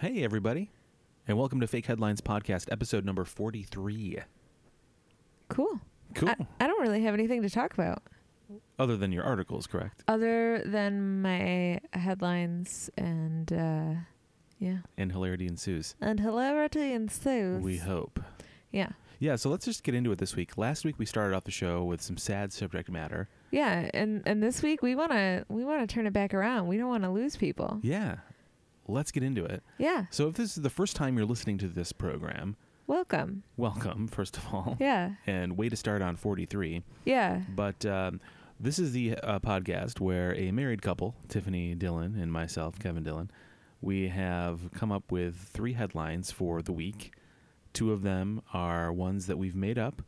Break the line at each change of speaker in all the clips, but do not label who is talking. Hey, everybody, and welcome to Fake Headlines Podcast, episode number 43.
Cool.
Cool.
I, I don't really have anything to talk about
Other than your articles, correct?
other than my headlines and uh, yeah,
And hilarity ensues.
and hilarity ensues.
We hope.
yeah,
Yeah, so let's just get into it this week. Last week, we started off the show with some sad subject matter.
yeah, and and this week we wanna we wanna turn it back around. We don't wanna lose people.
Yeah, let's get into it.
Yeah,
So, if this is the first time you're listening to this program,
welcome.
welcome, first of all.
Yeah,
And way to start on 43.
yeah,
But um, this is the uh, podcast where a married couple, Tiffany Dillon and myself, Kevin Dillon, we have come up with three headlines for the week. Two of them are ones that we've made up.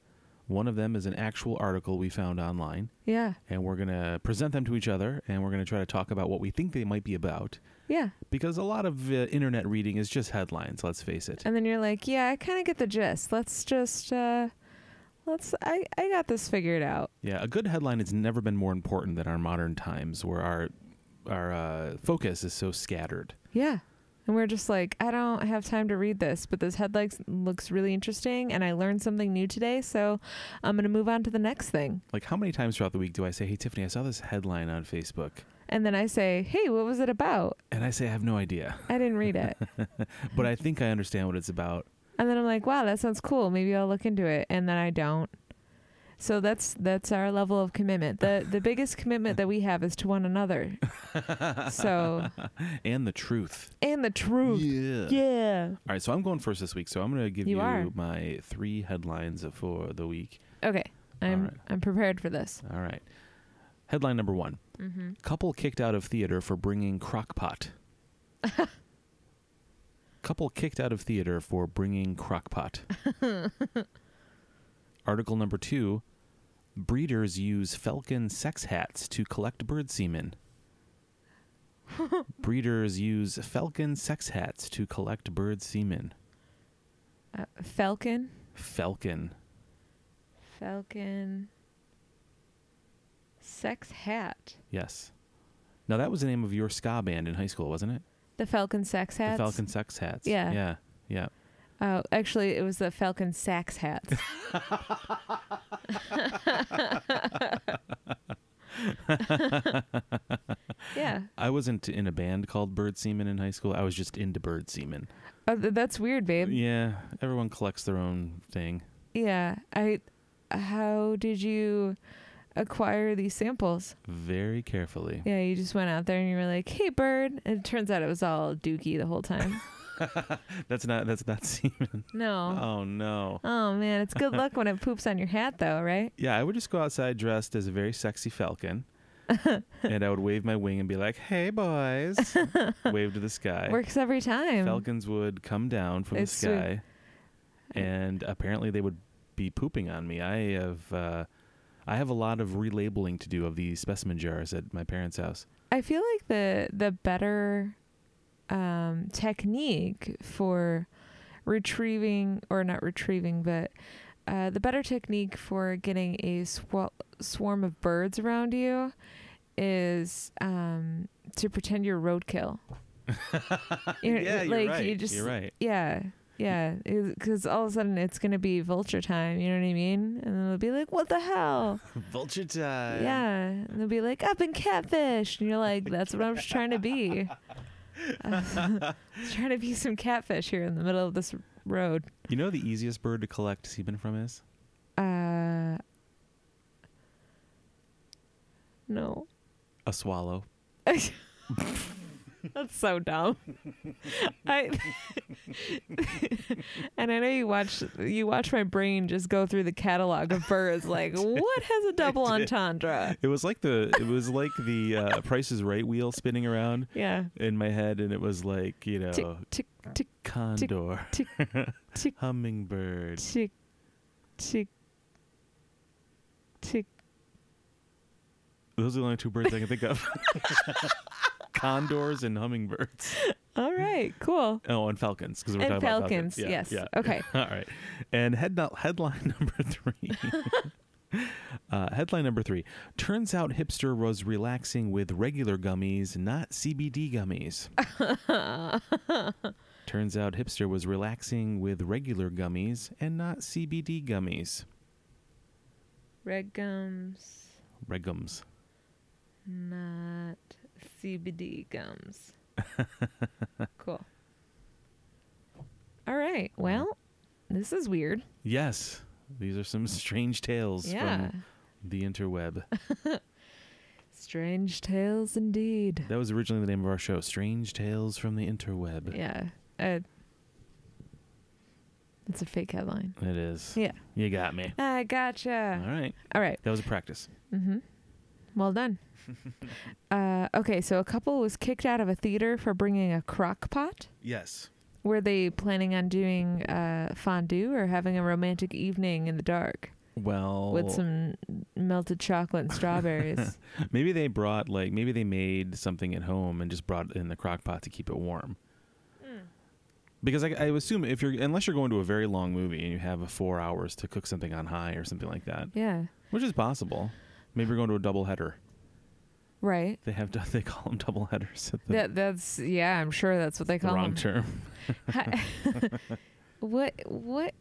One of them is an actual article we found online,
yeah,
and we're going to present them to each other, and we're going to try to talk about what we think they might be about.
yeah.
Because a lot of uh, internet reading is just headlines, let's face it.
And then you're like, yeah, I kind of get the gist. Let's just uh, let's I I got this figured out.
Yeah, a good headline has never been more important than our modern times, where our our uh, focus is so scattered.
Yeah. And we're just like, I don't have time to read this, but this headline looks really interesting and I learned something new today, so I'm going to move on to the next thing.
Like, how many times throughout the week do I say, "Hey, Tiffany, I saw this headline on Facebook,"
And then I say, "Hey, what was it about?"
and I say, "I have no idea,"
I didn't read it.
but I think I understand what it's about.
and then I'm like, "Wow, that sounds cool. Maybe I'll look into it." And then I don't. So that's that's our level of commitment. The the biggest commitment that we have is to one another. So,
and the truth.
and the truth.
Yeah.
Yeah.
All right, so I'm going first this week. So I'm going to give
You
you,
are.
my three headlines for the week.
Okay. I'm
All right.
I'm prepared for this.
All right. Headline number one:
Mhm.
Couple kicked out of theater for bringing crockpot. Couple kicked out of theater for bringing crockpot. Article number two Breeders use falcon sex hats to collect bird semen. Breeders use falcon sex hats to collect bird semen.
Uh, Falcon.
Falcon.
Falcon Sex Hat.
Yes. Now, that was the name of your ska band in high school, wasn't it?
The Falcon Sex Hats.
The Falcon Sex Hats.
Yeah.
Yeah. Yeah.
Oh, actually, it was the Falcon Sax Hats. yeah.
I wasn't in a band called Bird Semen in high school. I was just into bird semen.
Oh, th- that's weird, babe. Yeah.
Yeah, everyone collects their own thing.
I. How did you acquire these samples?
Very carefully.
Yeah, you just went out there and you were like, "Hey, bird," and it turns out it was all Dookie the whole time.
That's not that's not semen.
no.
Oh no.
Oh man, it's good luck when it poops on your hat, though, right?
Yeah, I would just go outside dressed as a very sexy falcon. and I would wave my wing and be like, "Hey boys." wave to the sky.
Works every time.
Falcons would come down from
It's
the
sweet.
sky. And apparently they would be pooping on me. I have uh, I have a lot of relabeling to do of the specimen jars at my parents' house.
I feel like the the better um, technique for retrieving or not retrieving, but uh, the better technique for getting a swa- swarm of birds around you is um, to pretend you're roadkill. You know,
yeah,
like,
you're right.
you just-
are right.
Yeah. Yeah, because all of a sudden it's gonna be vulture time. You know what I mean? And it'll be like, "What the hell?"
Vulture time.
yeah, and they'll be like, "I've been catfish," and you're like, "That's what I was trying to be." I was trying to be some catfish here in the middle of this road.
You know the easiest bird to collect semen from is
Uh, no,
a swallow.
that's so dumb. I and I know you watch you watch my brain just go through the catalog of birds. Like, what has a double entendre?
It was like the it was like the uh, Price is Right wheel spinning around
Yeah,
in my head, and it was like you know
tick tick tick
condor,
tick tick.
hummingbird.
tick tick tick
Those are the only two birds I can think of. Condors and hummingbirds.
all right cool
Oh, and falcons because we're
and
talking
falcons,
about falcons. Yeah,
yes
yeah.
okay
All right. And head, headline number three. uh, headline number three. Turns out hipster was relaxing with regular gummies, not CBD gummies. Turns out Hipster was relaxing with regular gummies and not CBD gummies.
Red gums,
Regums.
not CBD gums. cool. All right. Well, this is weird.
Yes, these are some strange tales
Yeah.
from the interweb.
Strange tales indeed.
that was originally the name of our show, Strange Tales from the Interweb.
Yeah. Uh, it's a fake headline.
It is.
Yeah.
You got me.
I gotcha.
All right.
All right.
That was a practice.
Mm-hmm. Well done. uh, okay, so a couple was kicked out of a theater for bringing a crock pot.
Yes.
Were they planning on doing uh, fondue or having a romantic evening in the dark
Well,
with some melted chocolate and strawberries?
maybe they brought like maybe they made something at home and just brought it in the crock pot to keep it warm.
Hmm.
Because I, I assume if you're unless you're going to a very long movie and you have a four hours to cook something on high or something like that,
yeah,
which is possible. Maybe you're going to a double header.
right.
They have they call them double headers. At the,
That that's yeah. I'm sure that's what they
the
call
wrong
them.
term.
Ha- what what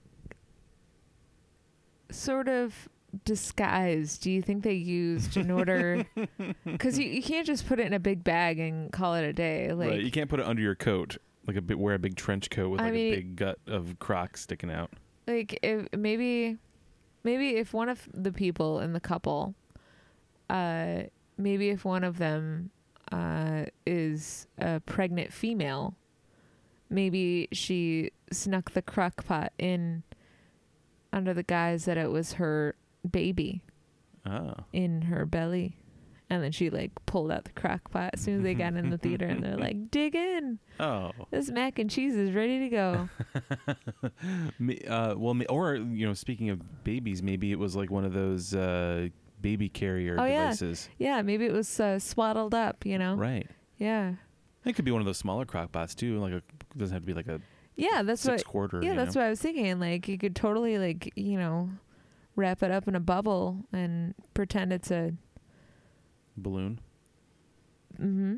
sort of disguise do you think they used in order because you, you can't just put it in a big bag and call it a day like
right. You can't put it under your coat. Like a bit, wear a big trench coat with
I
like
mean-
a big gut of crock sticking out.
like if maybe maybe if one of the people in the couple uh maybe if one of them uh is a pregnant female maybe she snuck the crock pot in under the guise that it was her baby
Oh,
in her belly and then she like pulled out the crock pot as soon as they got in the theater and they're like dig in
oh.
this mac and cheese is ready to go
Me- Uh, well, me- or you know, speaking of babies, maybe it was like one of those uh, baby carrier
Oh, yeah. Oh.
devices,
yeah maybe it was uh, swaddled up you know
right?
yeah
It could be one of those smaller crock pots too. Like a doesn't have to be like a
Yeah, that's
six
what.
quarter.
yeah,
you
that's
know?
what I was thinking. Like you could totally like you know wrap it up in a bubble and pretend it's a.
balloon.
Mm-hmm.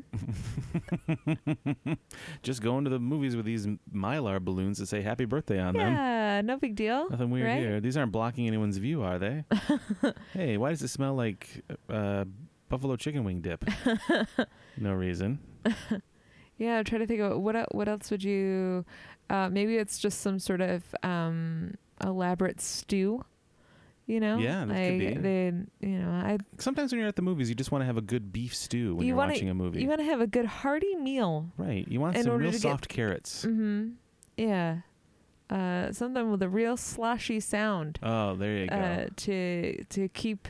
Just going to the movies with these mylar balloons that say "Happy Birthday" on them.
Yeah, no big deal.
Nothing weird
right?
here. These aren't blocking anyone's view, are they? hey, why does it smell like uh, buffalo chicken wing dip? no reason.
Yeah, I'm trying to think of what el- what else would you. Uh, maybe it's just some sort of um, elaborate stew. You know.
Yeah, that could
like
be.
they, you know, I
Sometimes when you're at the movies, you just want to have a good beef stew when
You
you are
wanna-
watching a movie.
you want to have a good hearty meal.
right. You want
in
some
order
real
to get-
soft carrots.
Mm-hmm. Yeah. Uh, something with a real sloshy sound.
Oh, there you go.
Mm-hmm. uh, to to keep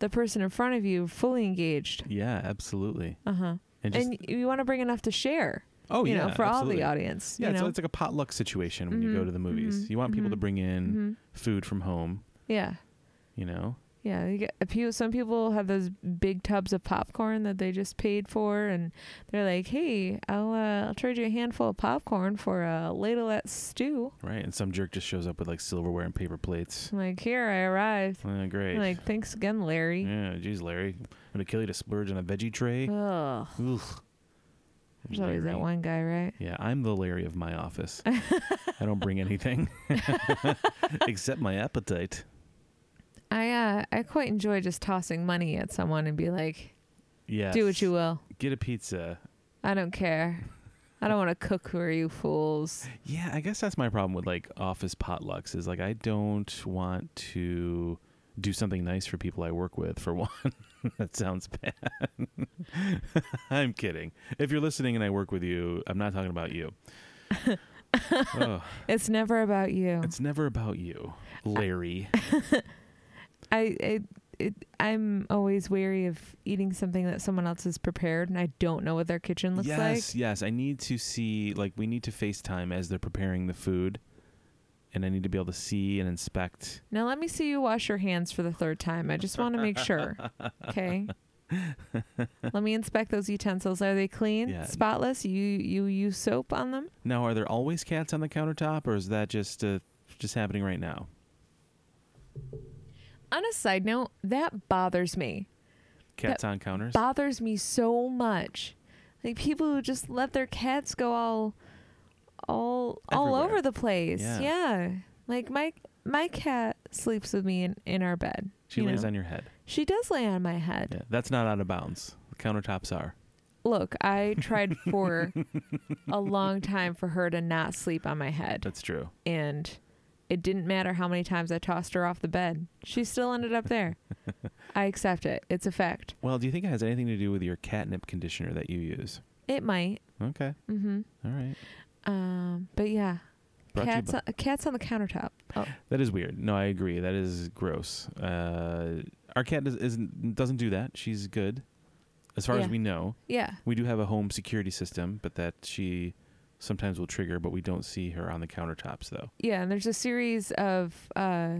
the person in front of you fully engaged.
yeah, absolutely.
Uh huh.
And just
And y you want to bring enough to share.
oh
you
yeah,
know, for
absolutely.
all the audience.
Yeah,
you
it's,
know?
it's like a potluck situation when you go
Mhm,
to the movies.
mhm,
You want people to
mhm,
bring in
hmm
food from home.
Yeah.
You know.
Yeah, you get a few. Some people have those big tubs of popcorn that they just paid for, and they're like, "Hey, I'll uh, I'll trade you a handful of popcorn for a ladle at stew."
Right. And some jerk just shows up with like silverware and paper plates.
I'm like, "Here, I arrived."
Uh, great.
I'm Mm-hmm. like, "Thanks again, Larry."
Yeah, geez, Larry. Would it kill you to splurge on a veggie tray?
Ugh.
Ugh.
Oh, There's always that
Larry.
one guy, right?
Yeah, I'm the Larry of my office. I don't bring anything except my appetite.
I uh, I quite enjoy just tossing money at someone and be like,
Yeah.
"Do what you will.
Get a pizza.
I don't care. I don't want to cook for you fools."
Yeah, I guess that's my problem with like office potlucks is like I don't want to do something nice for people I work with for one. that sounds bad. I'm kidding. If you're listening and I work with you, I'm not talking about you. oh,
It's never about you.
it's never about you, Larry.
I it, it I'm always wary of eating something that someone else has prepared and I don't know what their kitchen looks
yes,
like.
yes. I need to see like we need to FaceTime as they're preparing the food. And I need to be able to see and inspect.
Now let me see you wash your hands for the third time. I just want to make sure. Okay. let me inspect those utensils. Are they clean?
Yeah.
Spotless? You you use soap on them?
Now, are there always cats on the countertop, or is that just uh, just happening right now?
On a side note, that bothers me.
Cats on counters.
bothers me so much. Like people who just let their cats go all all all
Everywhere.
over the place.
Yeah.
Yeah. Like my my cat sleeps with me in, in our bed.
She
you
lays
know?
on your head.
She does lay on my head.
Yeah, that's not out of bounds. The countertops are.
Look, I tried for a long time for her to not sleep on my head.
That's true.
and it didn't matter how many times I tossed her off the bed. She still ended up there. I accept it. It's a fact.
Well, do you think it has anything to do with your catnip conditioner that you use?
It might.
Okay.
Mm-hmm.
All right.
Um, but yeah,
Brought to you
cats.
by-
On, cats on the countertop. Oh,
That is weird. No, I agree. That is gross. Uh, our cat does, isn't, doesn't do that. She's good, as far
Yeah.
as we know.
yeah.
We do have a home security system, but that she sometimes will trigger. But we don't see her on the countertops though.
Yeah, and there's a series of uh,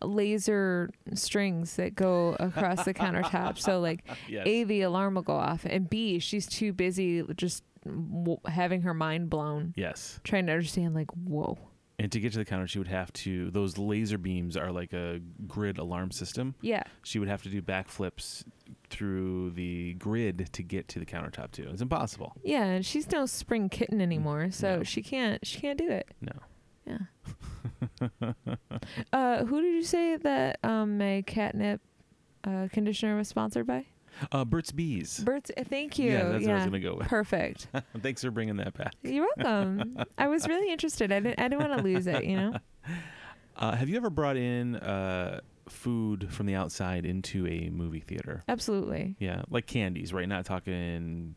laser strings that go across the countertop. So like,
Yes.
A, the alarm will go off, and B, she's too busy just w- having her mind blown,
yes.
trying to understand like, whoa.
And to get to the counter, she would have to. Those laser beams are like a grid alarm system.
Yeah.
She would have to do backflips through the grid to get to the countertop too. It's impossible.
Yeah, and she's no spring kitten anymore, so
No.
she can't she can't do it.
No.
Yeah. uh, who did you say that um, my catnip uh, conditioner was sponsored by?
Uh, Burt's Bees.
Bert's. uh, Thank you.
Yeah, that's what I was gonna go with.
Perfect.
Thanks for bringing that back.
You're welcome. I was really interested. I didn't. I didn't want to lose it. You know.
Uh, have you ever brought in uh, food from the outside into a movie theater?
Absolutely.
Yeah, like candies, right? Not talking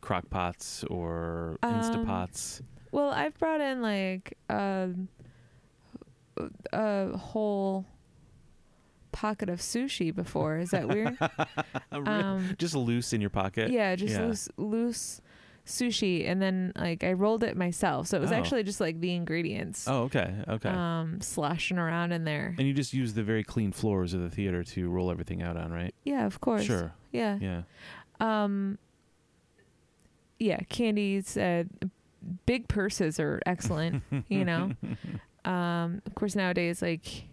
crock pots or
Um,
Instapots.
Well, I've brought in like um, a whole pocket of sushi before. Is that weird? um,
Just loose in your pocket.
yeah just
yeah.
loose loose sushi and then like i rolled it myself so it was
Oh.
actually just like the ingredients
Oh, okay, okay.
um sloshing around in there
and you just use the very clean floors of the theater to roll everything out on, right?
yeah of course
Sure.
yeah,
Yeah.
um yeah candies uh big purses are excellent you know um of course nowadays like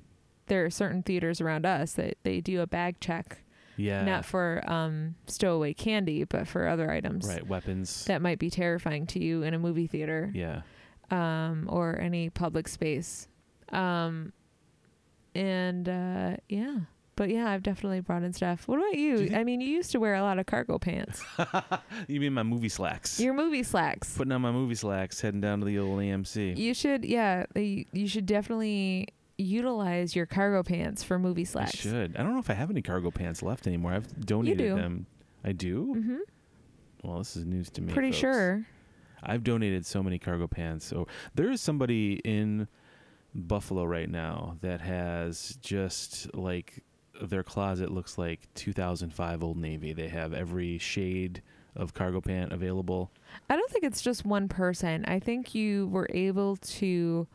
there are certain theaters around us that they do a bag check
Yeah.
not for um stowaway candy but for other items
right. Weapons.
that might be terrifying to you in a movie theater
yeah.
um, or any public space. Um, and uh, yeah, but yeah, I've definitely brought in stuff. What about you?
Do you think-
I mean, you used to wear a lot of cargo pants,
You mean my movie slacks?
your movie slacks.
putting on my movie slacks, heading down to the old AMC.
You should, yeah, you, you should definitely utilize your cargo pants for movie
I
slacks.
should. I don't know if I have any cargo pants left anymore. I've donated
do.
them. I do.
Mm-hmm.
Well, this is news to me.
Pretty
folks.
sure.
I've donated so many cargo pants. So there is somebody in Buffalo right now that has just like their closet looks like 2005 Old Navy. They have every shade of cargo pant available.
I don't think it's just one person. I think you were able to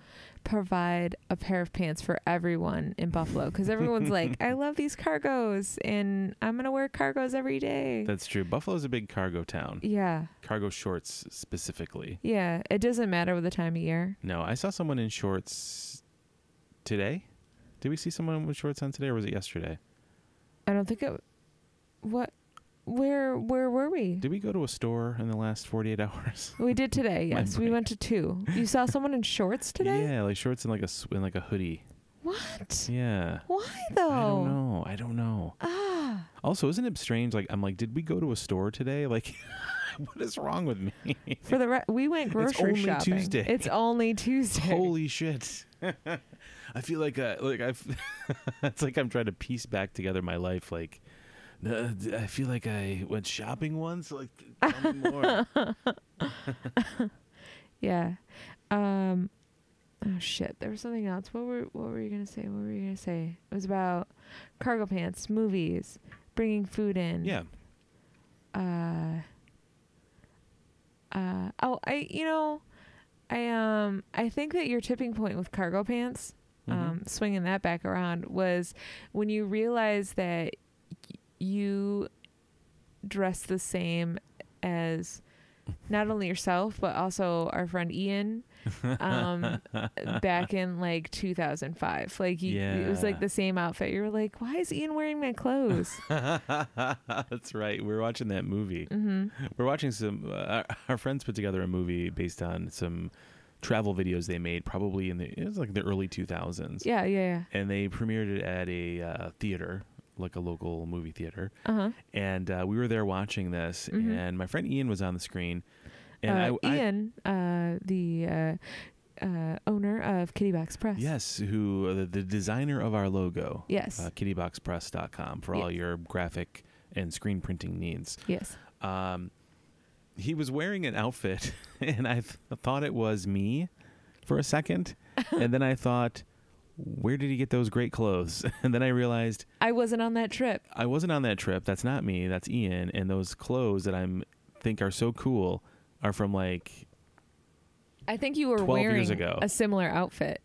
provide a pair of pants for everyone in Buffalo because everyone's like, I love these cargos and I'm going to wear cargos every day.
That's true. Buffalo's a big cargo town.
yeah.
Cargo shorts specifically.
Yeah. It doesn't matter with the time of year.
No, I saw someone in shorts today. Did we see someone with shorts on today or was it yesterday?
I don't think it. What? Where Where were we?
Did we go to a store in the last 48 hours?
we did today.
My
Yes. We
brain.
went to two. You saw someone in shorts today?
Yeah, like shorts and like a s- and like a hoodie.
What?
Yeah.
Why
I don't
though?
know. I don't know.
Oh. Ah.
Also, isn't it strange? Like, I'm like, did we go to a store today? Like, what is wrong with me?
For the re- we went grocery
only
shopping.
Tuesday.
It's only Tuesday.
Holy shit! I feel like uh, like I've. it's like I'm trying to piece back together my life. Like, uh, d- I feel like I went shopping once. Like, tell me more.
Yeah. Um oh shit. There was something else. What were what were you gonna say? What were you gonna say? It was about cargo pants, movies, bringing food in.
yeah.
Uh uh oh I you know I um I think that your tipping point with cargo pants
Mhm.
um swinging that back around was when you realize that y- you dress the same as not only yourself but also our friend Ian um back in like 2005 like you, it was
Yeah.
like the same outfit you were like why is Ian wearing my clothes
That's right. We're watching that movie.
hmm
We're watching some. Uh, our, our friends put together a movie based on some travel videos they made, probably in the it was like the early two thousands.
yeah yeah yeah
And they premiered it at a uh, theater, like a local movie theater.
uh-huh
And uh, we were there watching this,
Mhm.
and my friend Ian was on the screen. And
uh,
I, I-
Ian uh the uh, uh owner of Kitty Box Press
yes, who uh, the, the designer of our logo,
yes
uh, kittyboxpress.com for all
Yes.
your graphic and screen printing needs.
yes
um, he was wearing an outfit, and I th- thought it was me for a second, and then I thought, where did he get those great clothes? And then I realized
I wasn't on that trip
I wasn't on that trip. That's not me. That's Ian. And those clothes that I'm think are so cool are from like
I think you were
12 years
wearing
ago.
a similar outfit.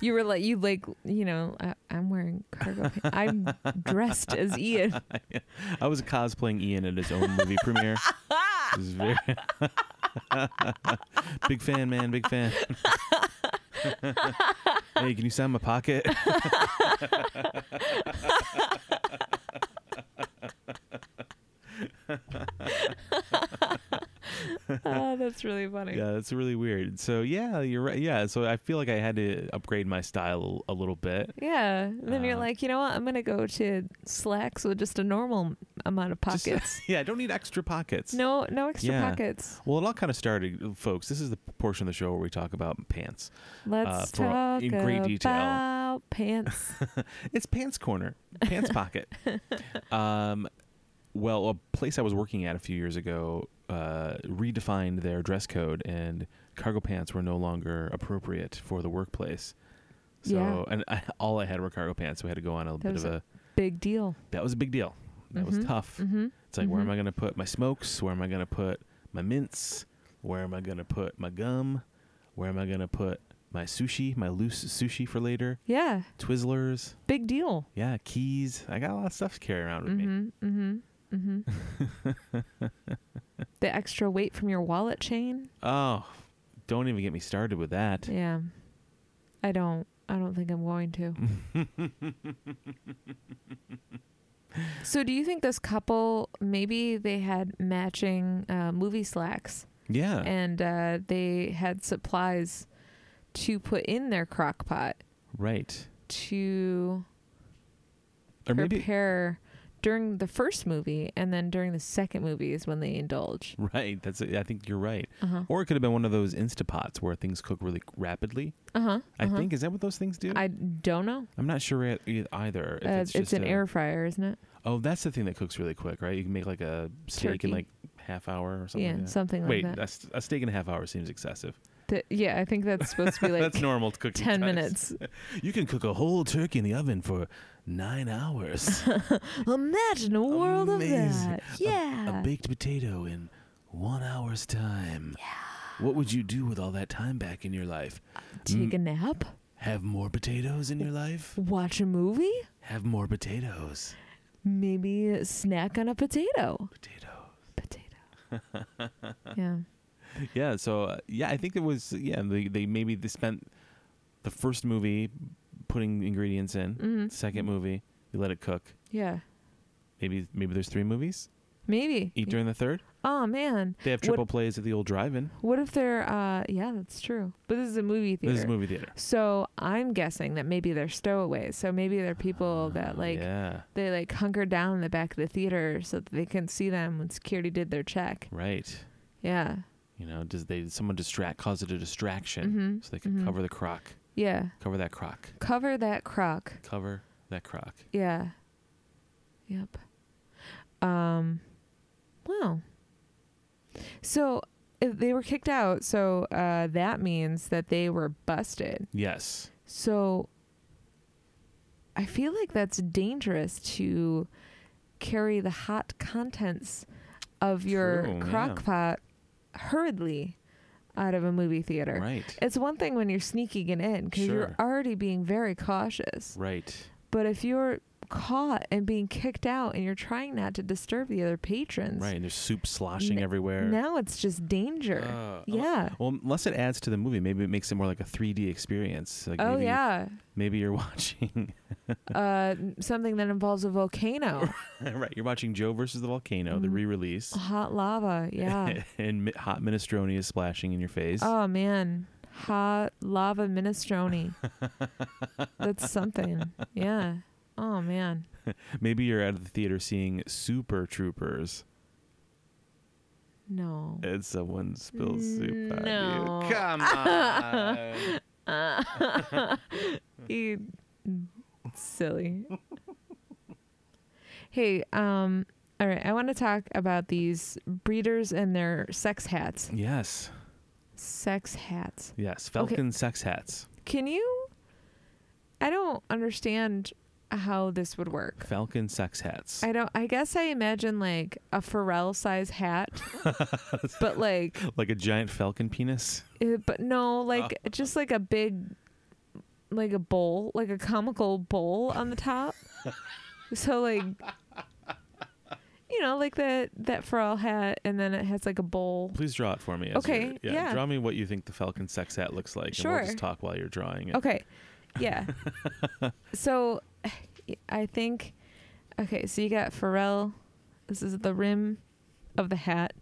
You were like, you like, you know, uh, I'm wearing cargo. pa- I'm dressed as Ian.
I was cosplaying Ian at his own movie premiere. It was very big fan, man, big fan. hey, can you sign my pocket?
Oh, that's really funny.
Yeah, that's really weird. So yeah, you're right. Yeah, so I feel like I had to upgrade my style a little bit.
Yeah. And Then you're
Uh,
like, you know what? I'm gonna go to slacks with just a normal amount of
Just-
pockets.
Yeah, I don't need extra pockets.
no, no extra
Yeah.
pockets.
Well, it all kind of started, uh, folks. This is the portion of the show where we talk about pants.
Let's
Uh, for-
talk
in great detail.
about pants.
It's pants corner, pants pocket. Um, well, a place I was working at a few years ago uh, redefined their dress code, and cargo pants were no longer appropriate for the workplace. So,
Yeah.
and I, all I had were cargo pants, so I had to go on a bit
was
of a.
Big deal.
that was a big deal. That was
Mhm.
tough.
hmm
It's like, where am
Mhm.
I going to put my smokes? Where am I going to put my mints? Where am I going to put my gum? Where am I going to put my sushi, my loose sushi for later?
Yeah.
Twizzlers.
Big deal.
Yeah, keys. I got a lot of stuff to carry around with me.
Mm-hmm. Mm-hmm. Mm-hmm. the extra weight from your wallet chain.
Oh, don't even get me started with that.
Yeah. I don't I don't think I'm going to. so do you think this couple maybe they had matching uh, movie slacks
Yeah.
and uh, they had supplies to put in their crock pot
right.
to
Or maybe.
prepare during the first movie and then during the second movie is when they indulge.
Right. That's. It. I think you're right.
Uh-huh.
Or it could have been one of those Instapots where things cook really rapidly.
Uh-huh. uh-huh.
I think is that what those things do?
I don't know.
am not sure e- e- either. If
Uh,
it's,
it's
just
an
a-
air fryer, isn't it?
Oh, that's the thing that cooks really quick, right? You can make like a steak
Turkey.
in like half hour or something.
yeah,
like that.
something like
Wait,
that.
that's a steak in a half hour seems excessive.
Th- yeah, I think that's supposed to be like
that's normal cooking.
10
times.
minutes.
You can cook a whole turkey in the oven for nine hours.
Imagine a world
Amazing.
of that.
A-
Yeah.
a baked potato in one hour's time. Yeah. What would you do with all that time back in your life?
Take
mm.
a nap,
Have more potatoes in your life?
watch a movie,
Have more potatoes.
maybe snack on a potato.
Potato.
Potato. yeah.
Yeah. So uh, yeah, I think it was yeah. They they maybe they spent the first movie putting ingredients in.
Mhm.
Second movie, you let it cook.
Yeah.
Maybe maybe there's three movies.
Maybe.
Eat during the third.
oh man.
They have
What-
triple plays at the old drive-in.
What if they're uh yeah, that's true. But this is a movie theater.
This is movie theater.
so I'm guessing that maybe they're stowaways. So maybe they're people that
Oh,
like
yeah,
they like hunker down in the back of the theater so that they can see them when security did their check.
right.
Yeah.
You know, does they someone distract cause it a distraction
Mhm,
so they can
mhm.
cover the crock,
Yeah.
cover that crock,
Cover that crock.
cover that crock.
Yeah. Yep. Um wow. So uh, they were kicked out, so uh that means that they were busted.
Yes.
So I feel like that's dangerous to carry the hot contents of your
True, yeah.
crock pot hurriedly out of a movie theater.
Right.
It's one thing when you're sneaking it in because you're
Sure.
already being very cautious.
Right.
But if you're caught and being kicked out and you're trying not to disturb the other patrons.
Right, and there's soup sloshing
N-
everywhere.
Now it's just danger.
Uh,
yeah.
Well, unless it adds to the movie, maybe it makes it more like a 3D experience. Like
oh
maybe,
yeah.
Maybe you're watching,
uh something that involves a volcano.
right? You're watching Joe versus the volcano, the
Mhm.
re-release,
Hot lava, yeah.
and mi- hot minestrone is splashing in your face.
oh man. Hot lava minestrone. That's something. Yeah. Oh man.
Maybe you're out of the theater seeing Super Troopers,
No.
and someone spills soup on
Mm, No.
you. Come on.
you silly. hey, um all right, I want to talk about these breeders and their sex hats.
yes,
Sex hats.
yes.
Okay.
Falcon sex hats.
Can you I don't understand how this would work.
Falcon sex hats.
I don't I guess I imagine like a Pharrell size hat. but like
like a giant falcon penis.
Uh, but no, like just like a big, like a bowl, like a comical bowl on the top. so like, you know, like that that Pharrell hat, and then it has like a bowl.
Please draw it for me. as
Okay,
you're-
yeah.
Draw me what you think the falcon sex hat looks like, and we'll
Sure.
just talk while you're drawing it.
Okay, yeah. so, I think, okay, so you got Pharrell. This is the rim of the hat.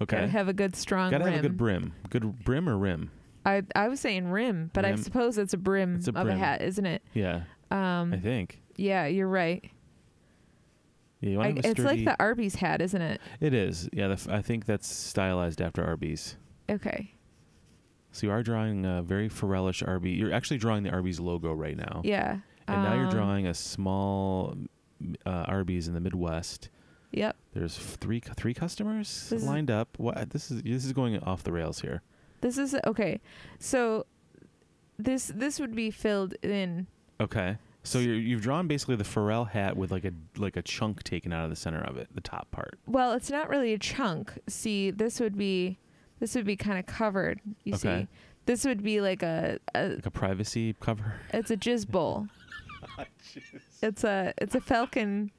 Okay.
Gotta have a good strong
Gotta
rim.
have a good brim. Good brim or rim?
I I was saying rim, but I
Rim.
suppose it's a brim
It's a
of a
brim.
hat, isn't it?
Yeah,
Um,
I think.
Yeah, you're right.
Yeah, you
I,
wanna have a
it's like
sturdy-
the Arby's hat, isn't it?
It is. Yeah, the, f- I think that's stylized after Arby's.
Okay.
So you are drawing a very Pharrellish Arby. You're actually drawing the Arby's logo right now.
Yeah.
Oh. And now you're
Um,
drawing a small m- uh, Arby's in the Midwest.
Yep.
There's f- three cu- three customers
This is-
lined up. What this is this is going off the rails here.
This is okay. So this this would be filled in.
Okay. So you're, you've drawn basically the Pharrell hat with like a like a chunk taken out of the center of it, the top part.
Well, it's not really a chunk. See, this would be this would be kind of covered. You
Okay.
see, this would be like a, a
Like a privacy cover.
it's a jizz bowl. it's a it's a falcon.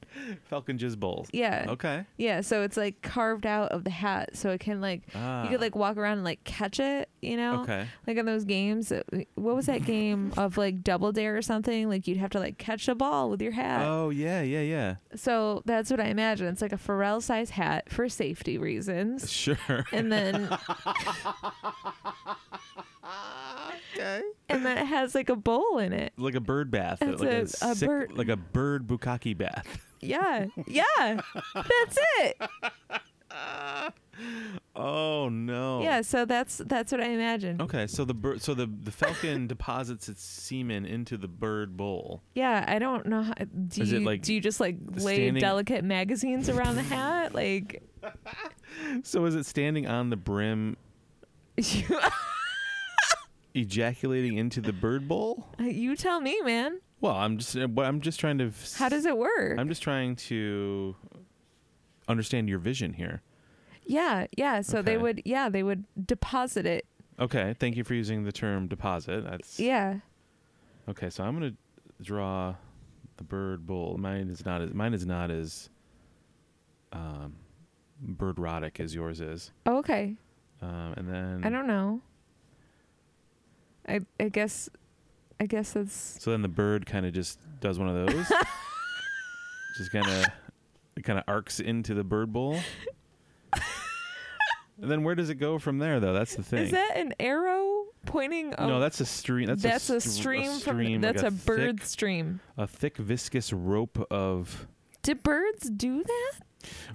Falcon jizz bowl.
Yeah.
Okay.
Yeah. So it's like carved out of the hat, so it can like
Ah.
you could like walk around and like catch it. You know.
Okay.
like in those games that- what was that game of like double dare or something like you'd have to like catch a ball with your hat
Oh yeah, yeah, yeah.
so that's what i imagine it's like a pharrell size hat for safety reasons
Sure.
and then
okay.
and then it has like a bowl in it
Like a bird bath.
That's
like
a- a bird-
like a bird bukkake bath.
yeah yeah that's it
Oh no.
yeah so that's that's what i imagine
Okay, so the bird, so the the falcon deposits its semen into the bird bowl.
yeah i don't know how, do
Is
you
it, like,
do you just like lay
standing-
delicate magazines around the hat like
So is it standing on the brim,
you,
ejaculating into the bird bowl?
you tell me man
Well, I'm just uh, what I'm just trying to.
how does it work
I'm just trying to understand your vision here.
Yeah, yeah. So they
Okay.
would, yeah, they would deposit it.
Okay, thank you for using the term deposit. That's
Yeah.
Okay, so I'm gonna draw the bird bowl. Mine is not as mine is not as um, bird rotic as yours is.
Oh, okay.
Um, and then
I don't know. I I guess, I guess that's
So then the bird kind of just does one of those. just kind of it kind of arcs into the bird bowl. and then where does it go from there though? That's the thing.
is that an arrow pointing?
no,
a-
that's a stream. That's,
that's
a,
a,
str-
stream from
stream, like
that's a, bird
Thick,
stream.
a thick, viscous rope of.
Do birds do that?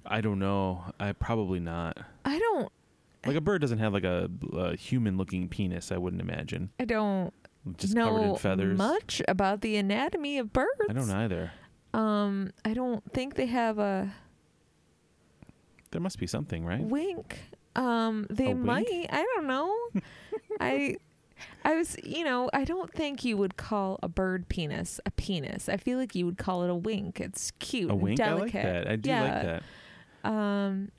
I don't know. I probably not.
I don't.
Like a bird doesn't have like a, a human-looking penis. I wouldn't imagine.
I don't
Just covered
know
in feathers.
much about the anatomy of birds.
I don't either.
Um, I don't think they have a
There must be something, right?
wink. Um, they
A wink?
might. I don't know. I, I was, you know, I don't think you would call a bird penis a penis. I feel like you would call it a wink. It's cute,
A
and
wink.
delicate.
I like that. I do
yeah.
like that.
Um,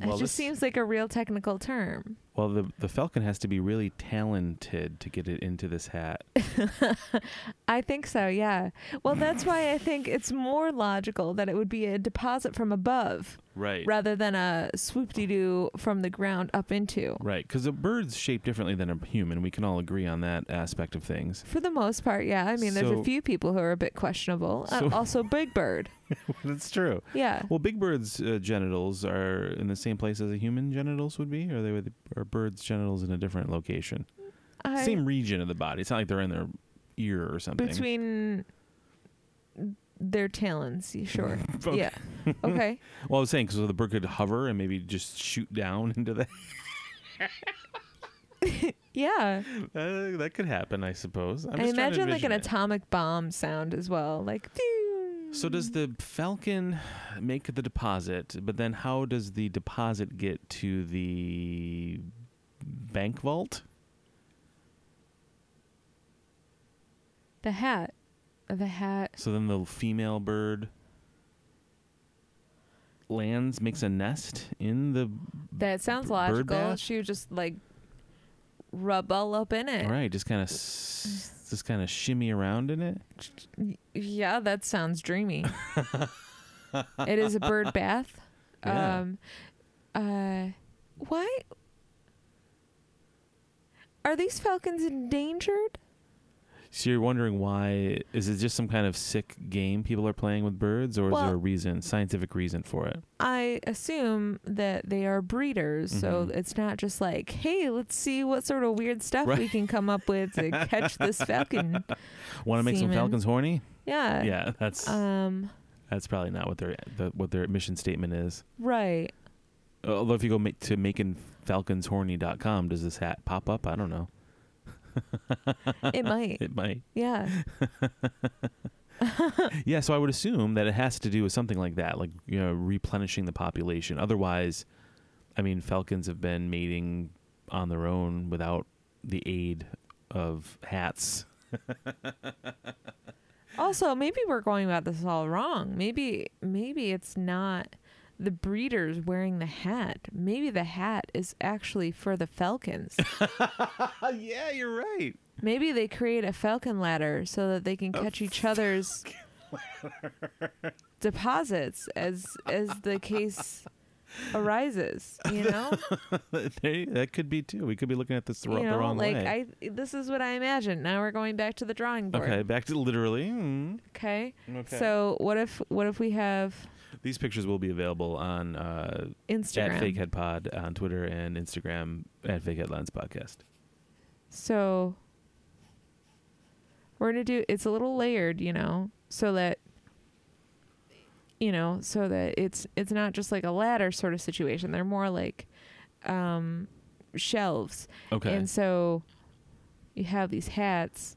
Well,
it
this-
just seems like a real technical term.
Well, the the falcon has to be really talented to get it into this hat.
I think so, yeah. Well, that's why I think it's more logical that it would be a deposit from above
Right.
rather than a swoop de doo from the ground up into.
Right, because a bird's shaped differently than a human. We can all agree on that aspect of things.
For the most part, yeah. I mean, there's
So-
a few people who are a bit questionable. Uh,
So-
also, Big Bird.
That's true.
Yeah.
Well, big birds' uh, genitals are in the same place as a human genitals would be, or they would, or birds' genitals in a different location,
I,
same region of the body. It's not like they're in their ear or something.
between their talons, y- sure.
Okay.
Yeah. Okay.
Well, I was saying because the bird could hover and maybe just shoot down into that.
Yeah.
Uh, that could happen, I suppose. I'm
I
just trying to
imagine like an
envision it.
atomic bomb sound as well. Like, pew.
So does the falcon make the deposit, but then how does the deposit get to the bank vault?
the hat. The hat.
So then the female bird lands, makes a nest in the
That sounds
B- bird
logical.
bath?
She would just like rub all up in it.
All right, just kind of s- just kind of shimmy around in it.
Y- Yeah, that sounds dreamy. it is a bird bath.
Yeah.
Um uh why are these falcons endangered?
So you're wondering why is it just some kind of sick game people are playing with birds or is
Well-
there a reason, scientific reason for it?
I assume that they are breeders, so
Mhm.
it's not just like, hey, let's see what sort of weird stuff we
Right.
can come up with to catch this falcon.
Want to make some
Semen. Uh,
falcons horny?
Yeah.
yeah, that's
Um
that's probably not what their the, what their mission statement is.
right.
Although if you go ma- to makingfalconshorny.com, does this hat pop up? I don't know.
It might.
It might.
Yeah.
Yeah, so I would assume that it has to do with something like that, like you know, replenishing the population. Otherwise, I mean, falcons have been mating on their own without the aid of hats.
Also, maybe we're going about this all wrong. Maybe maybe it's not the breeders wearing the hat. Maybe the hat is actually for the falcons.
Oh, yeah, you're right.
maybe they create a falcon ladder so that they can catch each other's deposits as as the case arises, you know?
that could be too. We could be looking at this the, wrong
you know,
the wrong
like
way.
I this is what I imagine. Now we're going back to the drawing board.
okay, back to literally. Mm.
Okay.
Okay.
So, what if what if we have
These pictures will be available on uh,
Instagram?
at Fakehead Pod on Twitter and Instagram at Fakehead Lens Podcast.
So we're gonna do it's a little layered, you know, so that you know, so that it's it's not just like a ladder sort of situation. They're more like um shelves.
Okay,
And so you have these hats.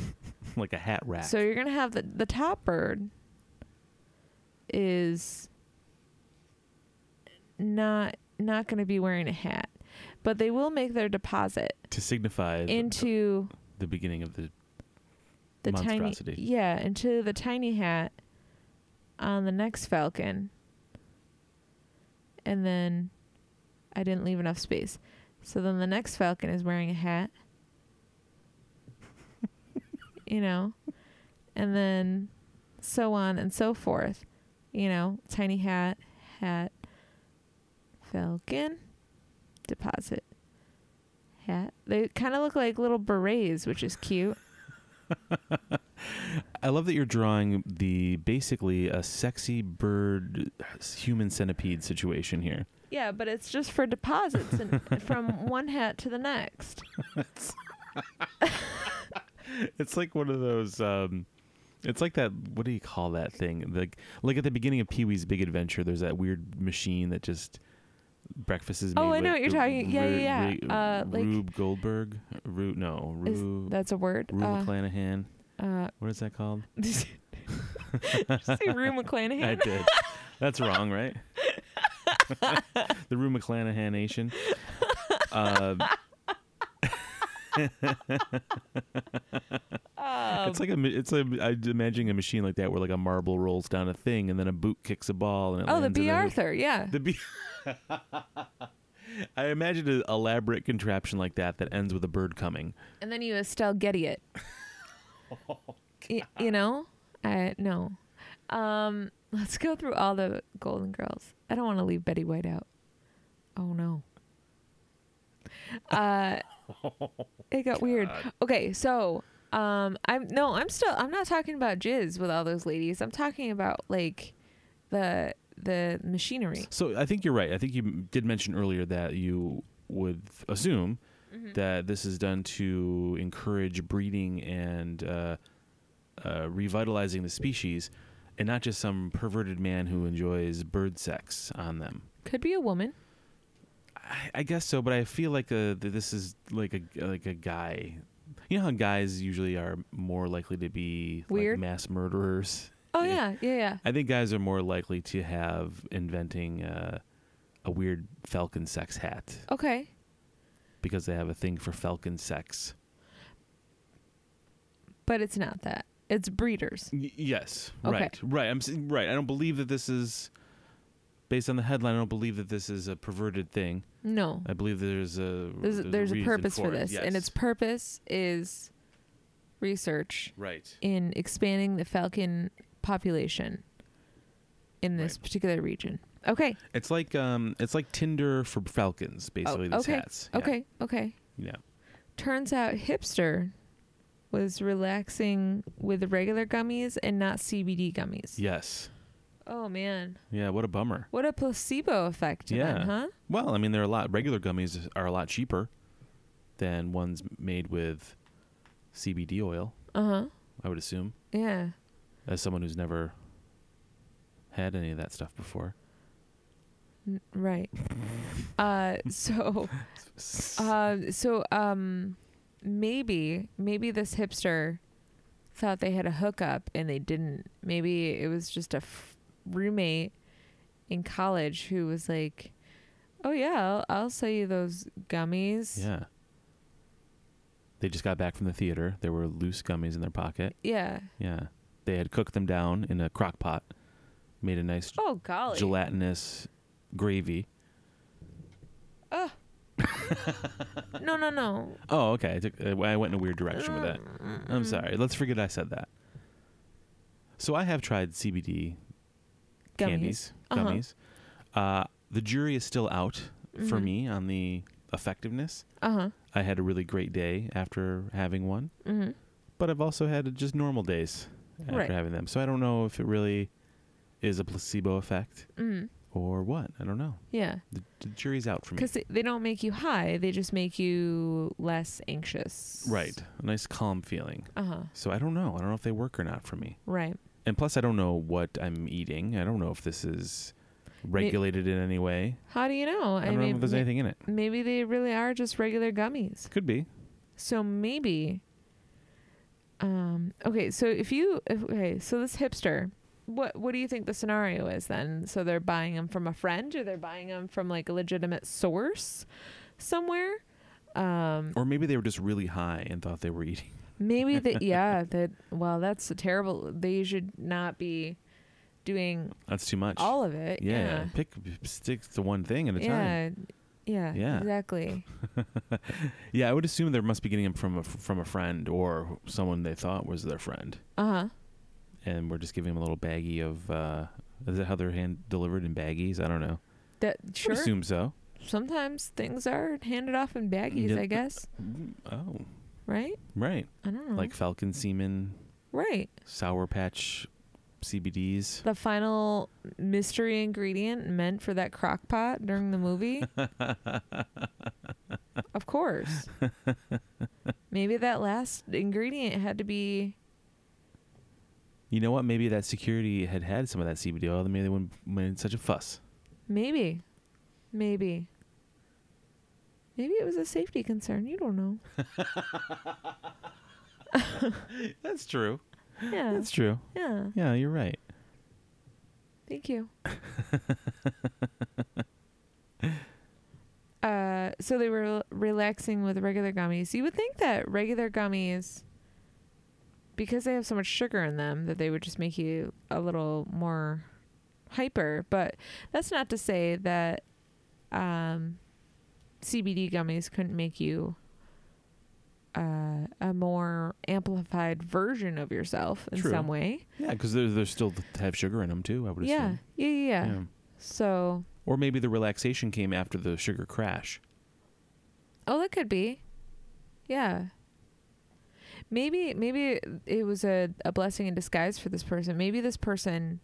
like a hat rack.
So you're gonna have the the top bird is not not gonna be wearing a hat. But they will make their deposit
to signify the-
into
the beginning of the
the tiny
Monstrosity.
yeah into the tiny hat on the next falcon and then i didn't leave enough space so then the next falcon is wearing a hat you know and then so on and so forth you know tiny hat hat falcon deposit hat they kind of look like little berets which is cute
I love that you're drawing the basically a sexy bird human centipede situation here.
Yeah, but it's just for deposits and from one hat to the next.
It's like one of those um it's like that what do you call that thing? Like like at the beginning of Pee-wee's Big Adventure there's that weird machine that just breakfast is made
Oh, I know
with
what you're
the
talking- yeah,
Ru-
yeah, yeah.
Ru-
Uh, like-
Rube Goldberg, Rube no,
Is-
Rube
That's a word.
Rue
Uh,
McClanahan.
uh,
What is that called?
did you say Rue
I
McClanahan?
did. That's wrong, right? the Rue McClanahan Nation. Uh,
Oh,
it's like a, ma- it's a, I'm imagining a machine like that where like a marble rolls down a thing and then a boot kicks a ball and it
oh the
lands in
B.
the-
Arthur, yeah.
The B. I imagine an elaborate contraption like that that ends with a bird coming.
And then you Estelle Getty it. Y- you know? I no. Um, let's go through all the Golden Girls. I don't want to leave Betty White out. Oh no. Uh, it got weird. Okay, so um, I'm no, I'm still I'm not talking about jizz with all those ladies. I'm talking about like the the machinery.
So I think you're right. I think you m- did mention earlier that you would assume that this is done to encourage breeding and uh, uh, revitalizing the species, and not just some perverted man who enjoys bird sex on them.
Could be a woman.
I, I guess so, but I feel like uh th- this is like a like a guy. You know how guys usually are more likely to be
Weird?
like mass murderers.
Oh
Yeah.
yeah, yeah, yeah.
I think guys are more likely to have inventing uh, a weird falcon sex hat
Okay.
because they have a thing for falcon sex.
But it's not that. It's breeders.
Y- yes,
Okay.
right, right. I'm s- right. I don't believe that this is based on the headline. I don't believe that this is a perverted thing.
No.
I believe there's a
There's, there's a
reason
purpose for
it,
this, and
yes.
its purpose is research
right.
in expanding the falcon population in this
Right.
particular region. Okay.
It's like um, it's like Tinder for falcons, basically.
oh,
These
okay.
hats. Yeah.
Okay. Okay.
Yeah.
Turns out hipster was relaxing with regular gummies and not CBD gummies.
Yes.
Oh man,
Yeah. What a bummer.
what a placebo effect. Yeah.
Yeah.
huh?
Well, I mean, they're a lot. Regular gummies are a lot cheaper than ones made with CBD oil.
Uh huh.
I would assume,
Yeah.
as someone who's never had any of that stuff before.
N- right. uh. So. Um, so um, maybe maybe this hipster thought they had a hookup and they didn't. Maybe it was just a f- roommate in college who was like, "Oh yeah, I'll, I'll sell you those gummies."
yeah. They just got back from the theater. There were loose gummies in their pocket.
Yeah.
Yeah. They had cooked them down in a crock pot, made a nice
Oh golly.
gelatinous gravy.
No no no. Mm,
Oh, okay. I, took, uh, I went in a weird direction with that.
Mm-hmm.
I'm sorry. Let's forget I said that. So I have tried CBD
Gummies.
candies,
Uh-huh.
gummies. Uh, the jury is still out for me on the effectiveness.
Uh huh.
I had a really great day after having one,
hmm
but I've also had just normal days after
Right.
having them. So I don't know if it really is a placebo effect
Mm.
or what. I don't know.
Yeah.
The, the jury's out for me.
Because they, they don't make you high. They just make you less anxious.
Right. A nice calm feeling.
Uh huh.
So I don't know. I don't know if they work or not for me.
Right.
And plus, I don't know what I'm eating. I don't know if this is regulated in any way.
How do you know?
I don't know if there's
ma-
anything in it.
maybe they really are just regular gummies.
Could be.
So maybe um okay, so if you if, okay, so this hipster, what what do you think the scenario is then? So they're buying them from a friend or they're buying them from like a legitimate source somewhere? Um
Or maybe they were just really high and thought they were eating.
maybe that yeah, that well, that's a terrible they should not be doing
That's too much.
all of it.
yeah. Pick stick to one thing at a
Yeah.
time.
Yeah. Yeah,
Yeah.
exactly.
Yeah, I would assume they must be getting them from a, from a friend or someone they thought was their friend,
Uh huh.
and we're just giving them a little baggie of. Uh, is that how they're hand delivered in baggies? I don't know.
That
I
sure.
would assume so.
sometimes things are handed off in baggies,
Yeah.
I guess.
Oh,
Right?
right.
I don't know.
Like Falcon semen,
right.
Sour Patch, CBDs.
The final mystery ingredient meant for that crock pot during the movie. of course. Maybe that last ingredient had to be
You know what? Maybe that security had had some of that CBD oil. then Maybe they wouldn't made such a fuss.
maybe. Maybe. Maybe it was a safety concern. You don't know.
That's true.
Yeah.
That's true.
yeah.
Yeah, you're right.
Thank you. uh, so they were relaxing with regular gummies. You would think that regular gummies, because they have so much sugar in them, that they would just make you a little more hyper. But that's not to say that um, CBD gummies couldn't make you uh, a more amplified version of yourself in
True.
some way.
Yeah, because there's there's still th- have sugar in them too. I would
Yeah.
assume.
yeah, yeah, yeah. So,
Or maybe the relaxation came after the sugar crash.
oh, that could be. Yeah. Maybe maybe it was a, a blessing in disguise for this person. Maybe this person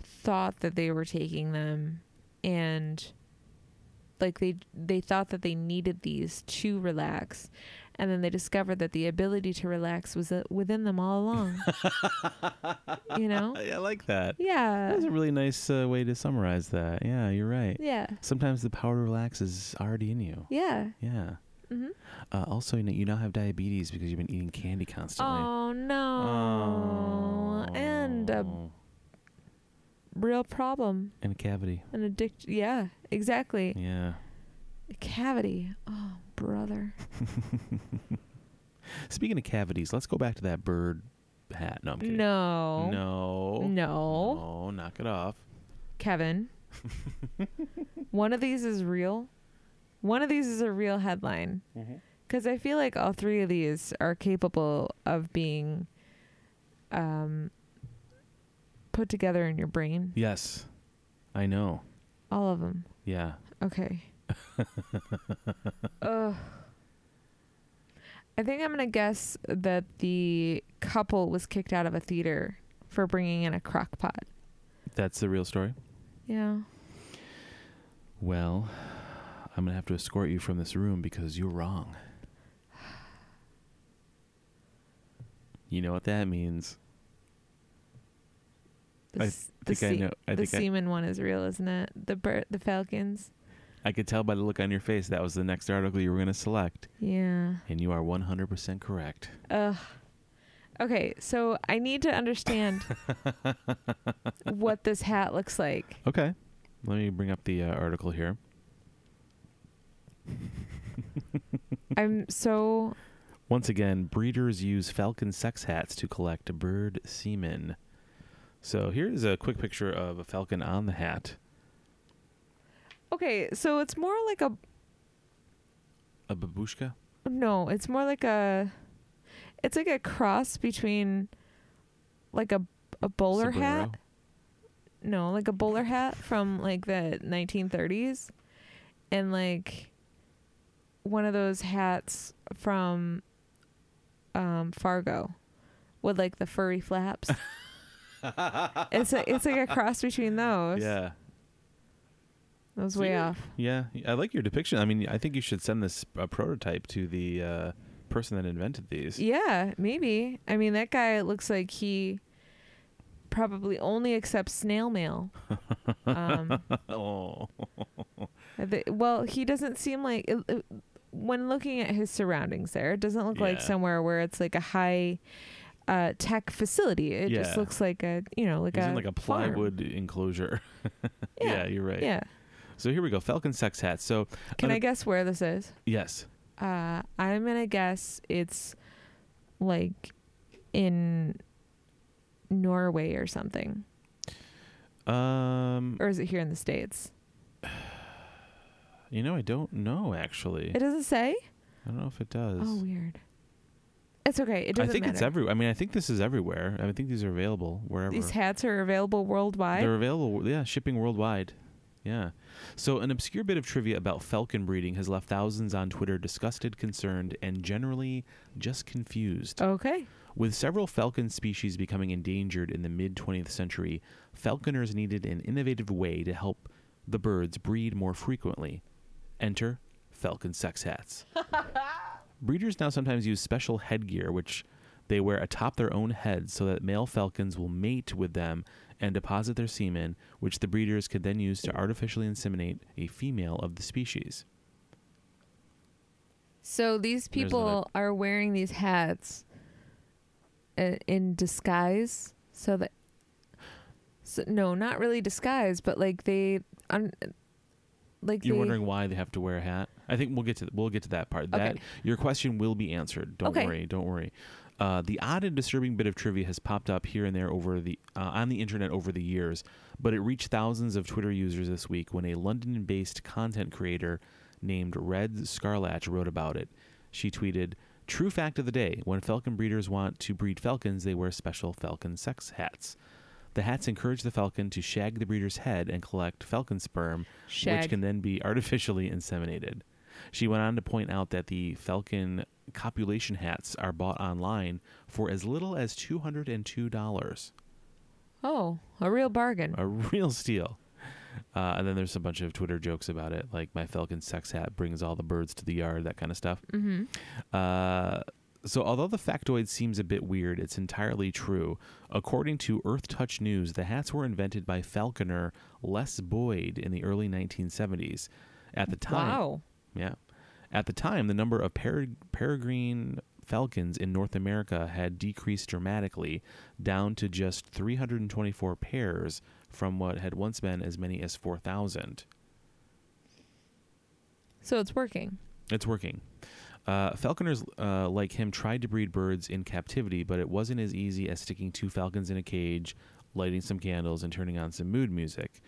thought that they were taking them and like they they thought that they needed these to relax and then they discovered that the ability to relax was uh, within them all along. you know?
I, I like that.
Oh. Yeah.
That's a really nice uh, way to summarize that. Yeah, you're right.
Yeah.
Sometimes the power to relax is already in you.
Yeah.
Yeah.
hmm
Uh, also, you, know, you now have diabetes because you've been eating candy constantly.
Oh no. And a
Oh.
real problem.
and a cavity.
An addiction. Yeah, exactly.
Yeah.
A cavity. Oh, brother.
Speaking of cavities, let's go back to that bird hat. No, I'm kidding.
No.
No.
No.
No, knock it off.
Kevin. One of these is real. One of these is a real headline. Because I feel like all three of these are capable of being um, put together in your brain.
Yes. I know.
All of them.
Yeah.
Okay. Ugh. I think I'm going to guess that the couple was kicked out of a theater for bringing in a crock pot.
That's the real story.
Yeah.
Well, I'm going to have to escort you from this room because you're wrong. You know what that means.
The,
I
s- the
think I
se-
know. I
the
think I,
semen one is real, isn't it? The bir- the Falcons.
I could tell by the look on your face that was the next article you were going to select,
Yeah.
and you are 100% correct.
Ugh. Okay, so I need to understand what this hat looks like.
Okay. Let me bring up the uh, article here.
I'm so
Once again, breeders use falcon sex hats to collect bird semen. So here's a quick picture of a falcon on the hat.
okay. So it's more like a
A babushka?
No, it's more like a it's like a cross between like a a bowler hat.
Sombrero?
No, like a bowler hat from like the 1930s and like one of those hats from um Fargo with like the furry flaps. it's a, it's like a cross between those.
Yeah.
That was way
See?
off.
Yeah. I like your depiction. I mean, I think you should send this uh, prototype to the uh, person that invented these.
Yeah, maybe. I mean, that guy looks like he probably only accepts snail mail. Um,
Oh.
the- well, he doesn't seem like it, it- when looking at his surroundings there, it doesn't look like
Yeah.
somewhere where it's like a high uh, tech facility. It just
Yeah.
looks like a you know like
It's
a
in like a
farm.
plywood enclosure.
Yeah.
you're right.
Yeah.
So here we go. Falcon sex hats. So,
Can I
Other-
guess where this is?
yes.
Uh, I'm gonna guess it's like in Norway or something,
Um,
or is it here in the states?
you know, I don't know actually.
It doesn't say.
I don't know if it does.
Oh, weird. It's okay. It
I
doesn't
think
matter.
it's everywhere. I mean, I think this is everywhere. I think these are available wherever.
These hats are available worldwide.
They're available. Yeah, shipping worldwide. Yeah. So, an obscure bit of trivia about falcon breeding has left thousands on Twitter disgusted, concerned, and generally just confused.
okay.
With several falcon species becoming endangered in the mid 20th century, falconers needed an innovative way to help the birds breed more frequently. Enter falcon sex hats. Breeders now sometimes use special headgear, which they wear atop their own heads so that male falcons will mate with them and deposit their semen, which the breeders could then use to artificially inseminate a female of the species.
So these
There's
people
another-
are wearing these hats uh, in disguise, so that. So, no, not really disguise, but like they, un, like
You're
they,
wondering why they have to wear a hat? I think we'll get to we'll get to that part. That
Okay.
your question will be answered. Don't
Okay.
worry. Don't worry. Uh, the odd and disturbing bit of trivia has popped up here and there over the uh, on the internet over the years, but it reached thousands of Twitter users this week when a London-based content creator named Red Scarlatch wrote about it. She tweeted, True fact of the day when falcon breeders want to breed falcons, they wear special falcon sex hats. The hats encourage the falcon to shag the breeder's head and collect falcon sperm, which
Shag.
can then be artificially inseminated. She went on to point out that the falcon copulation hats are bought online for as little as $202.
Oh, a real bargain.
A real steal. Uh, and then there's a bunch of Twitter jokes about it, like my falcon sex hat brings all the birds to the yard, that kind of stuff.
Mm-hmm.
Uh, so, although the factoid seems a bit weird, it's entirely true. According to Earth Touch News, the hats were invented by falconer Les Boyd in the early 1970s. At the time,
Wow.
yeah. At the time, the number of pere- peregrine falcons in North America had decreased dramatically, down to just 324 pairs from what had once been as many as 4,000.
So it's working.
It's working. Uh, falconers uh, like him tried to breed birds in captivity, but it wasn't as easy as sticking two falcons in a cage, lighting some candles, and turning on some mood music.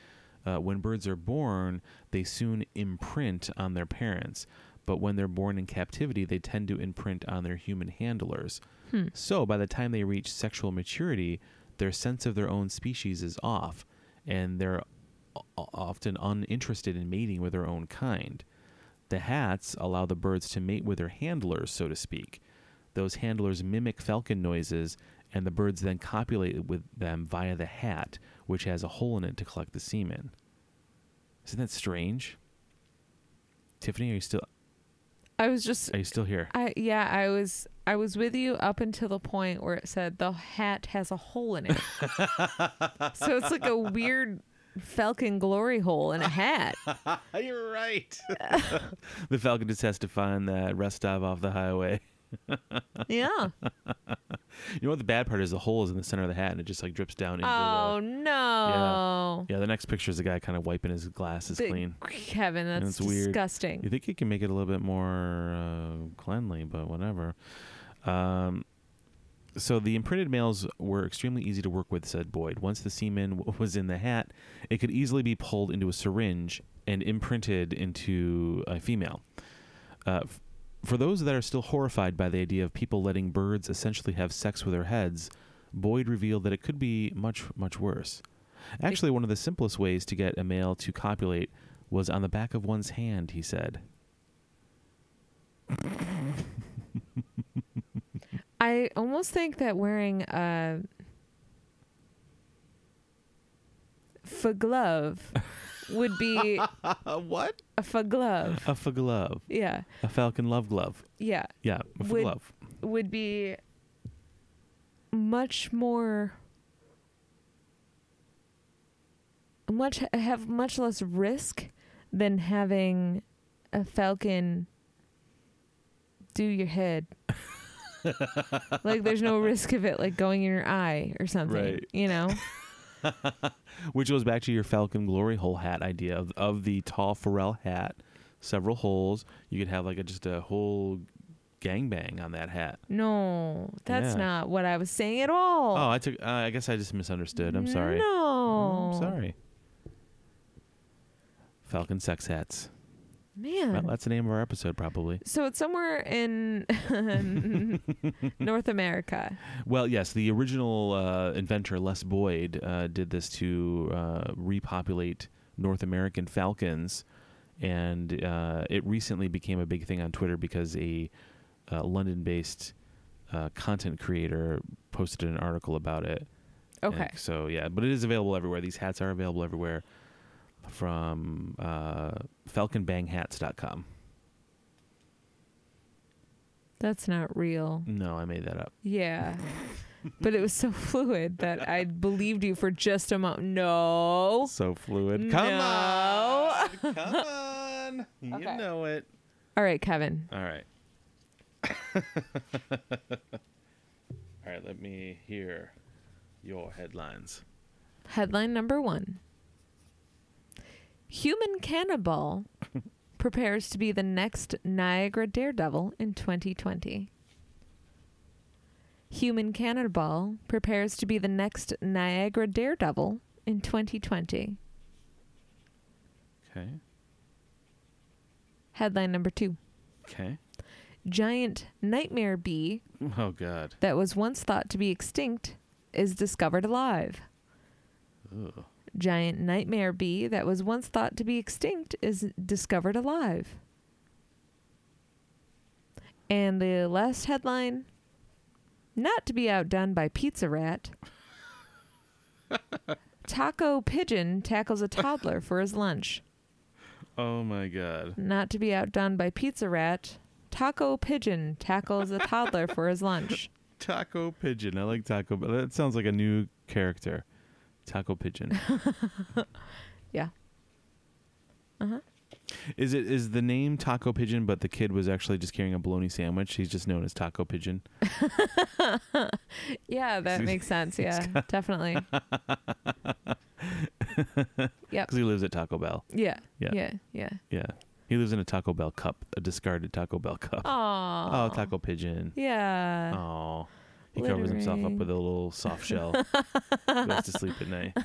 Uh, when birds are born, they soon imprint on their parents, but when they're born in captivity, they tend to imprint on their human handlers.
Hmm.
So by the time they reach sexual maturity, their sense of their own species is off, and they're o- often uninterested in mating with their own kind. The hats allow the birds to mate with their handlers, so to speak. Those handlers mimic falcon noises, and the birds then copulate with them via the hat, which has a hole in it to collect the semen. Isn't that strange? Tiffany, are you still
I was just
are you still here?
I yeah, I was I was with you up until the point where it said the hat has a hole in it. so it's like a weird falcon glory hole in a hat.
You're right. the falcon just has to find that rest stop off the highway.
Yeah.
You know what the bad part is? The hole is in the center of the hat, and it just like drips down into
oh no.
the. Yeah, the next picture is a guy kind of wiping his glasses
The-
clean.
Kevin, that's
it's weird.
disgusting.
You think you can make it a little bit more uh, cleanly, but whatever. Um, so the imprinted males were extremely easy to work with, said Boyd. Once the semen w- was in the hat, it could easily be pulled into a syringe and imprinted into a female. Uh, f- for those that are still horrified by the idea of people letting birds essentially have sex with their heads, Boyd revealed that it could be much, much worse. Actually, one of the simplest ways to get a male to copulate was on the back of one's hand, he said.
I almost think that wearing uh, a for glove would be
A what?
a for glove.
A fa glove.
Yeah.
A falcon love glove.
Yeah.
Yeah, a fa
Would-
glove.
would be much more much have much less risk than having a falcon do your head like there's no risk of it like going in your eye or something
Right.
you know
Which goes back to your falcon glory hole hat idea of, of the tall Pharrell hat, several holes. You could have like a, just a whole gangbang on that hat.
no that's
Yeah.
not what i was saying at
Oh,
all
I took. Uh, I guess I just misunderstood. I'm sorry. Oh,
no
I'm sorry. Falcon sex hats.
man
Well, that's the name of our episode, probably.
So it's somewhere in North America.
Well, yes, the original uh, inventor Les Boyd uh, did this to uh, repopulate North American falcons, and uh, it recently became a big thing on Twitter because a uh, London-based uh, content creator posted an article about it. And
Okay.
so yeah, but it is available everywhere. These hats are available everywhere from uh, FalconBangHats.com.
That's not real.
No, I made that up.
Yeah. but it was so fluid that I believed you for just a moment. No.
So fluid.
No.
come on. You
Okay.
know it.
All right, Kevin.
All right. All right, let me hear your headlines.
Headline number one Human cannibal prepares to be the next Niagara Daredevil in 2020. Human cannibal prepares to be the next Niagara Daredevil in 2020.
Okay.
Headline number two
Okay.
Giant nightmare bee
Oh God.
that was once thought to be extinct is discovered alive.
Ugh.
Giant nightmare bee that was once thought to be extinct is discovered alive. And the last headline not to be outdone by Pizza Rat. Taco pigeon tackles a toddler for his lunch.
Oh my God.
Not to be outdone by Pizza Rat. Taco pigeon tackles a toddler for his lunch.
Taco pigeon. I like taco. but That sounds like a new character. Taco pigeon.
Yeah.
Is it is the name Taco Pigeon, but the kid was actually just carrying a bologna sandwich? He's just known as Taco Pigeon.
Yeah, that
He's-
makes sense. Yeah, definitely. yep.
Because he lives at Taco Bell.
Yeah.
Yeah.
Yeah. Yeah.
Yeah. He lives in a Taco Bell cup, a discarded Taco Bell cup.
Aw.
Oh, Taco Pigeon.
Yeah.
Oh. He covers himself up
littering.
with a little soft shell. Goes to sleep at night.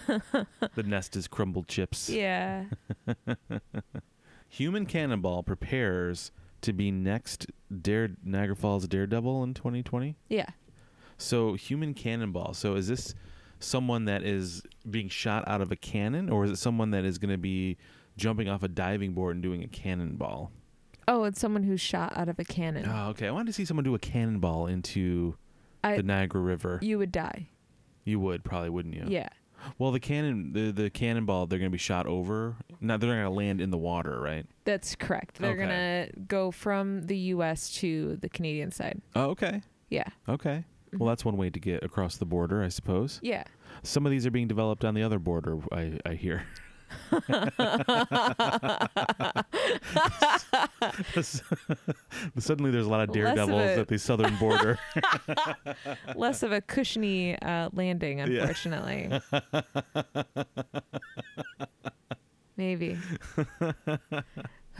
The nest is crumbled chips.
Yeah.
Human Cannonball prepares to be next Dare Niagara Falls Daredevil in 2020.
Yeah.
So human cannonball. So is this someone that is being shot out of a cannon, or is it someone that is going to be jumping off a diving board and doing a cannonball?
Oh, it's someone who's shot out of a cannon.
Oh, okay. I wanted to see someone do a cannonball into
I-
the Niagara River.
You would die.
You would probably, wouldn't you?
Yeah.
Well, the cannon, the, the cannonball, they're going to be shot over. Not they're not going to land in the water, right?
That's correct. They're
Okay.
gonna go from the U.S. to the Canadian side.
Oh, okay.
Yeah.
Okay. Well, that's one way to get across the border, I suppose.
Yeah.
Some of these are being developed on the other border, I, I hear. Suddenly there's a lot of
Less of
daredevils
it.
at the southern border.
Less of a cushiony uh, landing,
Yeah.
unfortunately. Maybe.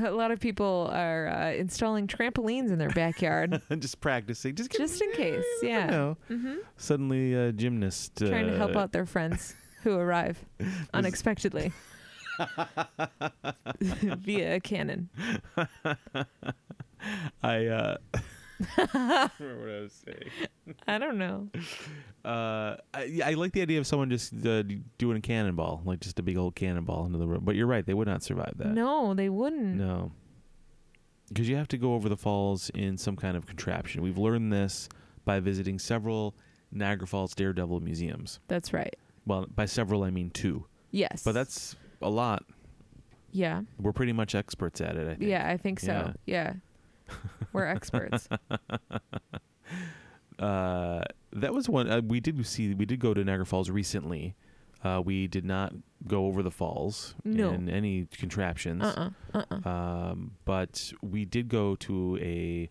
A lot of people are uh, installing trampolines in their backyard
and just practicing. Just,
just in case.
You
Yeah.
know, suddenly a gymnast.
Trying to help
uh,
out their friends who arrive unexpectedly via a cannon.
I uh, remember what I was saying.
I don't know.
Uh, I, yeah, I like the idea of someone just uh, doing a cannonball, like just a big old cannonball into the room. But you're right; they would not survive that.
No, they wouldn't.
No. Because you have to go over the falls in some kind of contraption. We've learned this by visiting several Niagara Falls Daredevil museums.
That's right.
Well, by several, I mean two.
Yes.
But that's a lot.
yeah.
We're pretty much experts at it, I think.
Yeah, I think so. Yeah. We're experts.
Uh, that was one. Uh, we did see, we did go to Niagara Falls recently. Uh, we did not go over the falls
No.
in any contraptions.
Uh-uh. Uh-uh.
Um, but we did go to a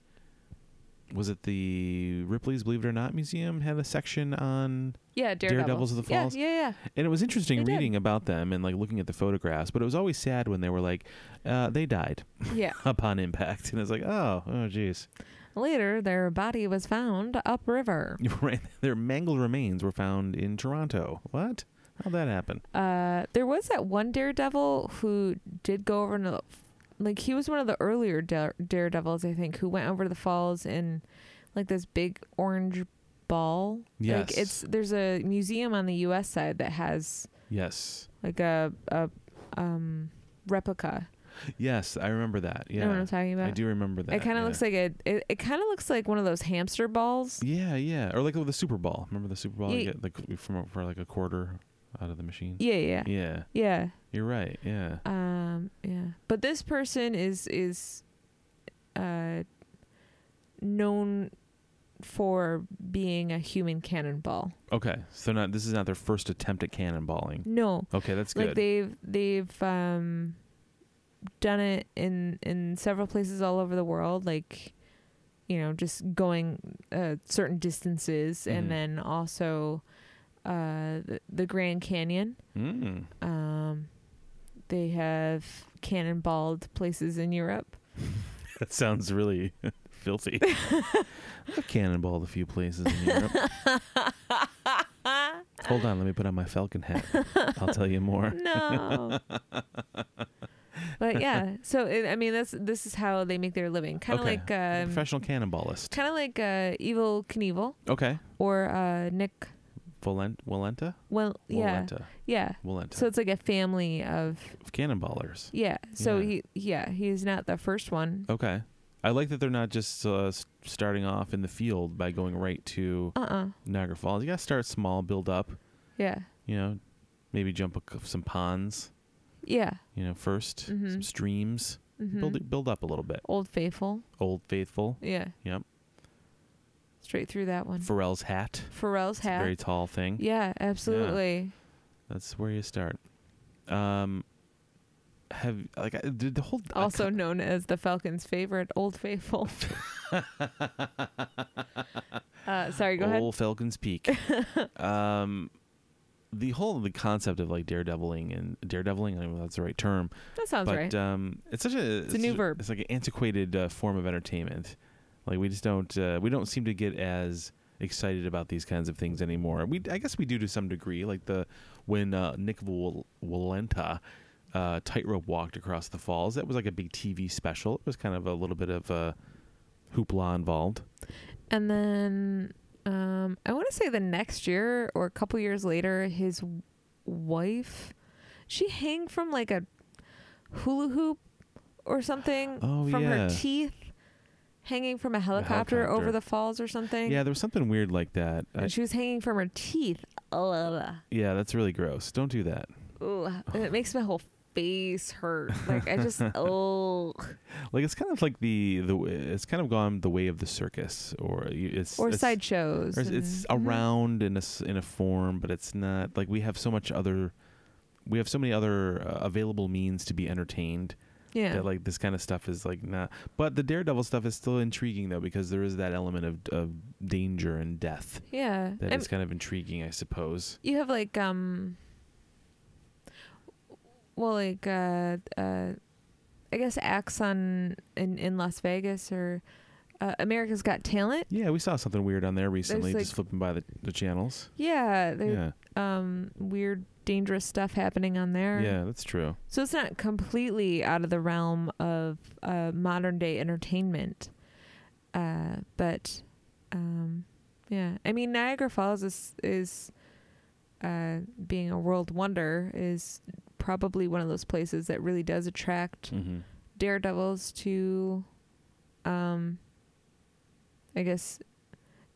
was it the Ripley's Believe It or Not museum had a section on
Yeah, Daredevil.
Daredevils of the
Yeah,
Falls?
Yeah, yeah,
and it was interesting
They did.
reading about them and like looking at the photographs, but it was always sad when they were like uh, they died
yeah.
upon impact and it's like oh oh jeez
Later, their body was found upriver.
right their mangled remains were found in Toronto what how'd that happen
Uh, there was that one Daredevil who did go over to, like, he was one of the earlier dare- Daredevils, I think, who went over to the falls in, like, this big orange ball.
yes
Like, it's there's a museum on the U.S. side that has
yes
like a a um replica.
yes I remember that
You
yeah
know what I'm talking about?
I do remember that
It kind of
yeah.
looks like a it, it kind of looks like one of those hamster balls.
Yeah, yeah, or like with the Super Bowl. Remember the Super Bowl?
Ye-
You get like from for like a quarter out of the machine.
Yeah, yeah. Yeah.
Yeah, you're right. Yeah,
Um yeah. But this person is is uh known for being a human cannonball.
okay. So not this is not their first attempt at cannonballing.
No.
Okay, that's
like
good.
they've they've um done it in in several places all over the world like you know just going uh, certain distances
Mhm.
and then also uh the, the grand canyon
mm.
um they have cannonballed places in europe
That sounds really filthy. I've cannonballed a few places in Europe. Hold on, let me put on my falcon hat. I'll tell you more.
no But yeah, so it, I mean, that's this is how they make their living, kind of
Okay.
like um,
Professional cannonballist.
kind of like uh, Evil Knievel
Okay.
or uh, Nick.
Volent- Volenta?
Well, yeah,
Volenta.
yeah.
Volenta.
So it's like a family of
cannonballers.
yeah. So
Yeah.
he yeah he's not the first one.
Okay. I like that they're not just uh, s- starting off in the field by going right to
Uh uh
Niagara Falls. You got to start small, build up,
Yeah.
you know, maybe jump a c some ponds,
Yeah.
you know, 1st some
Mhm.
streams.
Mm-hmm.
Build it, build up a little bit.
Old Faithful.
Old Faithful,
Yeah.
Yep.
Straight through that one.
Pharrell's hat.
Pharrell's
It's a
hat.
very tall thing.
yeah, absolutely.
That's where you start. Um, have like I, did the whole I
Also known as the Falcons' favorite, Old Faithful. uh, sorry, go ahead.
Old Falcons Peak. um, the whole the concept of like daredeviling and daredeviling, I don't know if that's the right term,
That sounds
but
right.
um, it's such a
a new
such
verb.
It's like an antiquated uh, form of entertainment. Like we just don't uh, we don't seem to get as excited about these kinds of things anymore. We I guess we do to some degree. Like the when uh, Nick Wal- Walenta. Uh, tightrope walked across the falls. That was like a big TV special. It was kind of a little bit of a hoopla involved.
and then um, I want to say the next year or a couple years later, his w- wife, she hang from like a hula hoop or something
Oh,
from
yeah.
her teeth, hanging from a helicopter,
helicopter.
over the falls or something.
Yeah, there was something weird like that. I-
and she was hanging from her teeth. Ugh.
Yeah, that's really gross. Don't do that.
Ooh,
Oh.
it makes my whole face hurt. Like I just oh,
Like it's kind of like the the it's kind of gone the way of the circus, or you- it's
or
it's,
sideshows.
or it's, it's
and- mhm.
around in a s- in a form, but it's not like we have so much other we have so many other uh, available means to be entertained
Mm-hmm. Yeah,
that like this kind of stuff is like not. But the daredevil stuff is still intriguing though because there is that element of of danger and death
yeah.
that is
And
kind of intriguing, I suppose.
you have like um, well, like uh, uh, I guess acts on in in Las Vegas or uh, America's Got Talent.
Yeah, we saw something weird on there recently,
like-
just flipping by the, the channels.
Yeah, there's
Yeah,
um weird, dangerous stuff happening on there.
yeah, that's true.
So it's not completely out of the realm of uh, modern day entertainment, uh, but um, yeah, I mean Niagara Falls is is uh, being a world wonder is probably one of those places that really does attract
Mm-hmm.
daredevils to, um, I guess,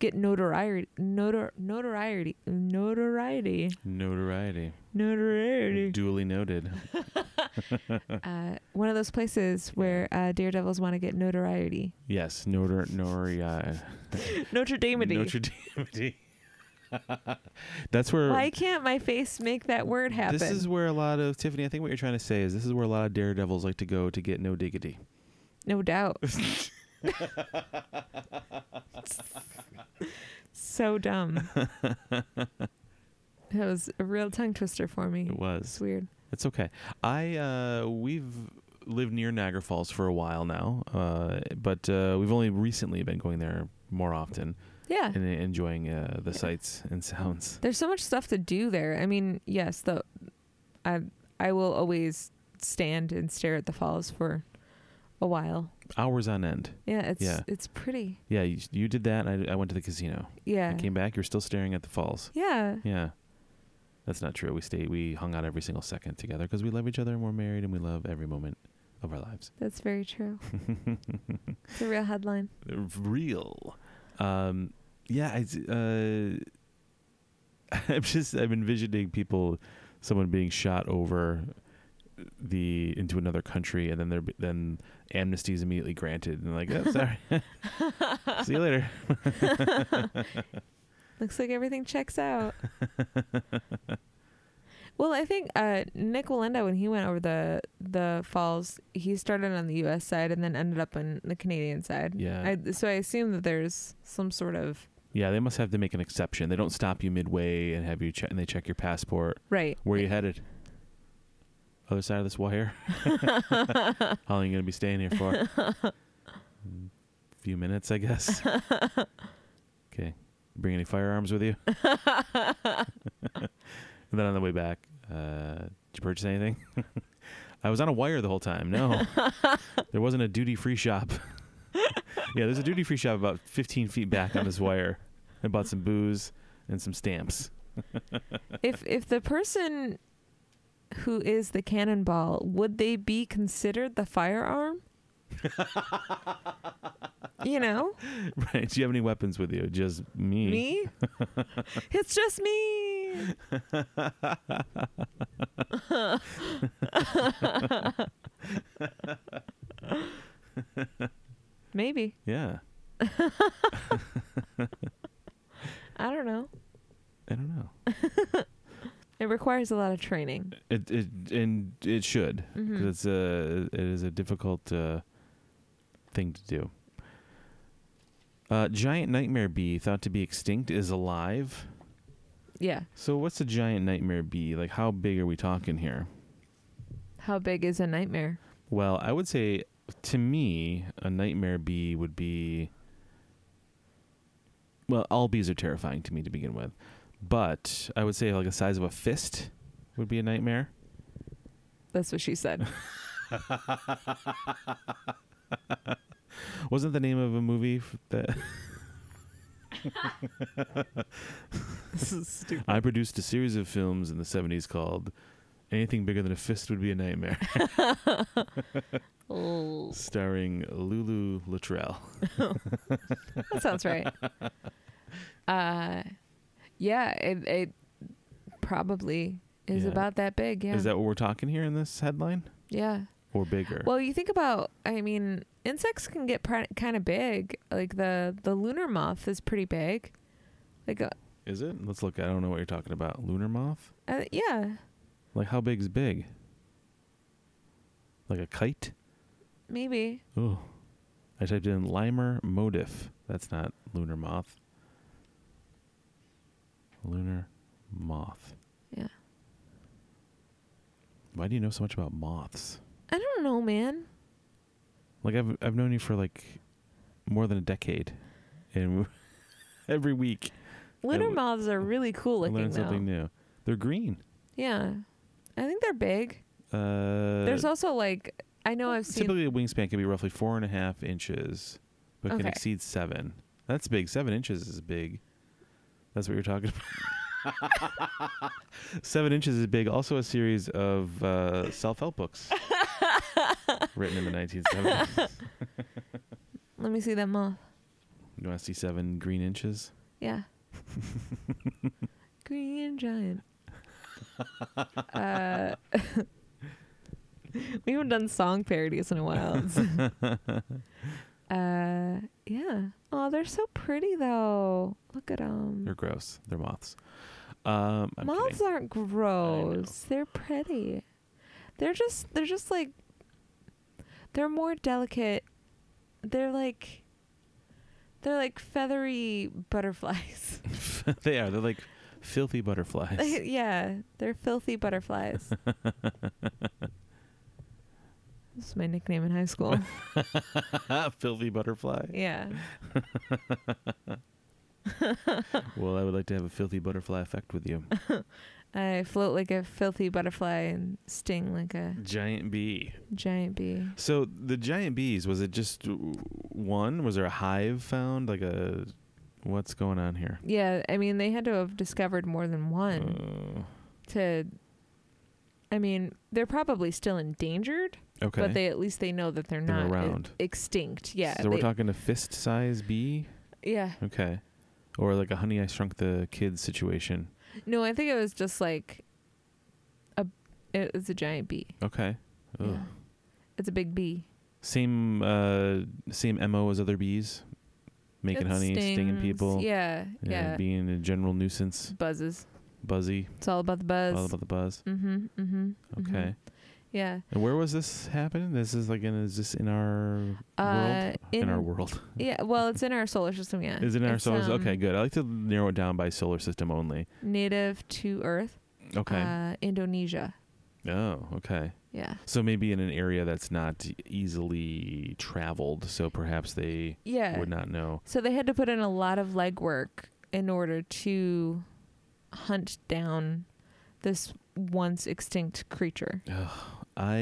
get notoriety, notor- notoriety, notoriety,
Notoriety.
notoriety.
Duly noted.
uh, one of those places where uh, daredevils want to get notoriety,
Yes, notor notoriety.
Notre Dameity.
Notre Dameity. That's where.
Why can't my face make that word happen?
This is where a lot of Tiffany. I think what you're trying to say is this is where a lot of daredevils like to go to get no diggity.
no doubt. so dumb. that was a real tongue twister for me.
It
It's
was.
weird.
It's okay. I uh, we've lived near Niagara Falls for a while now, uh, but uh, we've only recently been going there more often
Yeah.
and enjoying uh, the sights and sounds.
There's so much stuff to do there. I mean, yes, the I I will always stand and stare at the falls for a while.
Hours on end.
Yeah, it's
Yeah.
it's pretty.
Yeah, you, you did that. And I, I went to the casino.
Yeah.
I came back. You're still staring at the falls.
Yeah.
Yeah, that's not true. We stayed. We hung out every single second together because we love each other and we're married and we love every moment of our lives.
That's very true. it's a real headline.
Real. Um, yeah. I, uh, I'm just. I'm envisioning people, someone being shot over the into another country and then there then amnesty is immediately granted and like oh, sorry see you later
Looks like everything checks out. well, I think uh, Nick Walenda, when he went over the the falls, he started on the U.S. side and then ended up on the Canadian side.
yeah
I, so I assume that there's some sort of
Yeah, they must have to make an exception. They don't stop you midway and have you check and they check your passport.
right.
Where are you headed? Other side of this wire. How long you gonna be staying here for? few minutes, I guess. okay. Bring any firearms with you? and then on the way back, uh, did you purchase anything? I was on a wire the whole time. No, there wasn't a duty free shop. yeah, there's a duty free shop about 15 feet back on this wire. I bought some booze and some stamps.
if if the person who is the cannonball would they be considered the firearm? you know,
Right? Do you have any weapons with you? Just me.
me. it's just me. Maybe
Yeah.
I don't know.
I don't know.
It requires a lot of training.
It it and it should 'cause
Mhm.
it's a it is a difficult uh, thing to do. Uh, giant nightmare bee thought to be extinct is alive.
Yeah.
So what's a giant nightmare bee? Like how big are we talking here?
How big is a nightmare?
Well, I would say to me a nightmare bee would be well, all bees are terrifying to me to begin with. But I would say like the size of a fist would be a nightmare.
That's what she said.
Wasn't the name of a movie f- that
this is stupid.
I produced a series of films in the 70s called Anything Bigger Than a Fist Would Be a Nightmare, Oh.
that
starring Lulu Luttrell.
sounds right. Uh, yeah, it, it probably is
Yeah.
about that big. Yeah.
Is that what we're talking here in this headline?
yeah.
Or bigger?
Well, you think about, I mean, insects can get pr- kind of big. Like the the lunar moth is pretty big. Like, uh,
is it? Let's look. I don't know what you're talking about. Lunar moth?
uh, yeah,
Like, how big is big? Like a kite?
maybe.
Oh. I typed in Limer Motif. That's not lunar moth. Lunar moth.
Yeah.
Why do you know so much about moths?
I don't know, man.
Like I've I've known you for like more than a decade, and every week
Lunar
w-
moths are really cool
I
looking,
learn
though.
something new. They're green.
Yeah. I think they're big.
Uh,
There's also like, I know I've seen.
typically a wingspan can be roughly four and a half inches, but can
Okay.
exceed seven. That's big. Seven inches is big. That's what you're talking about. seven inches is big. Also, a series of uh, self-help books written in the 1970s.
Let me see that moth.
You want to see seven green inches?
Yeah. Green giant. uh, we haven't done song parodies in a while. uh, yeah. Oh, they're so pretty though. Look at
They're
them.
gross. They're moths. Um, I'm
Moths
kidding.
aren't gross. They're pretty. They're just they're just like they're more delicate. They're like they're like feathery butterflies.
they are. They're like filthy butterflies.
yeah, they're filthy butterflies. this is my nickname in high school.
filthy butterfly.
yeah.
Well, I would like to have a filthy butterfly effect with you.
I float like a filthy butterfly and sting like a
Mm. giant bee.
giant bee.
So the giant bees was it just w- one? Was there a hive found? Like a what's going on here?
Yeah, I mean, they had to have discovered more than
Mm.
one
Uh,
to. I mean, they're probably still endangered,
Uh, okay.
but they at least they know that they're
They're
not e-
around.
extinct. Yeah.
So we're
they-
talking a fist size bee.
yeah.
Okay. Or like a honey I shrunk the kids situation.
No, I think it was just like a. It was a giant bee.
Okay. Ugh.
Yeah. It's a big bee.
Same uh same MO as other bees. Making
It
honey, stinging
stings.
people.
Yeah,
and
yeah.
Being a general nuisance.
Buzzes.
Buzzy.
It's all about the buzz.
All about the buzz.
mm-hmm. Mm-hmm.
Okay.
Yeah.
And where was this happening? This is like in is this in our
Uh,
world? In,
in-
our world.
Yeah. Well, it's in our solar system. Yeah.
Is it in our
It's,
solar system?
um,
Okay, good. I like to narrow it down by solar system only.
Native to Earth.
Okay.
Uh, Indonesia.
oh, okay.
Yeah.
So maybe in an area that's not easily traveled, so perhaps they
Yeah.
would not know.
So they had to put in a lot of legwork in order to hunt down this once extinct creature.
I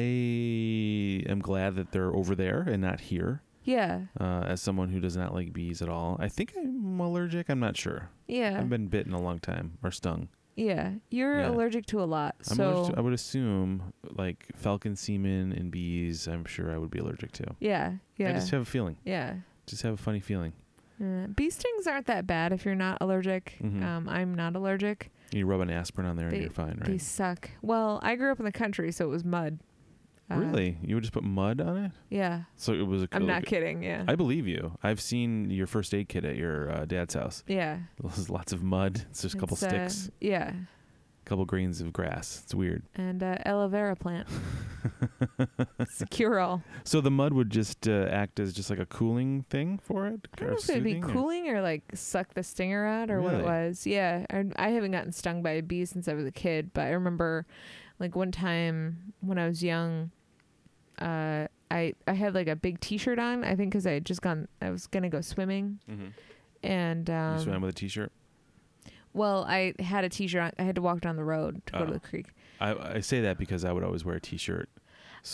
am glad that they're over there and not here.
Yeah.
Uh, as someone who does not like bees at all, I think I'm allergic. I'm not sure.
Yeah.
I've been bitten a long time or stung.
yeah. You're
Yeah.
allergic to a lot.
I'm
so
allergic to- I would assume like falcon semen and bees. I'm sure I would be allergic to.
yeah. Yeah.
I just have a feeling.
yeah.
Just have a funny feeling.
Uh, bee stings aren't that bad if you're not allergic.
Mhm.
Um, I'm not allergic.
You rub an aspirin on there
They-
and you're fine,
They
right?
suck. Well, I grew up in the country, so it was mud. Uh,
really? You would just put mud on it?
Yeah.
So it was. A,
I'm not kidding. Yeah.
I believe you. I've seen your first aid kit at your uh, dad's house.
yeah.
There's lots of mud. It's just a couple
It's, uh,
sticks,
yeah.
a couple grains of grass. It's weird.
And uh, aloe vera plant. it's a cure all.
So the mud would just uh, act as just like a cooling thing for it.
I don't
Or
know if it'd be
soothing, or-
cooling or like suck the stinger out or what it
Really?
was. Yeah, I, I haven't gotten stung by a bee since I was a kid, but I remember like one time when I was young, uh, I I had like a big T-shirt on. I think because I had just gone, I was gonna go swimming,
Mhm.
and um,
you swam with a t-shirt.
well, I had a T-shirt. on. I had to walk down the road to go to
Oh.
the creek.
I, I say that because I would always wear a t-shirt.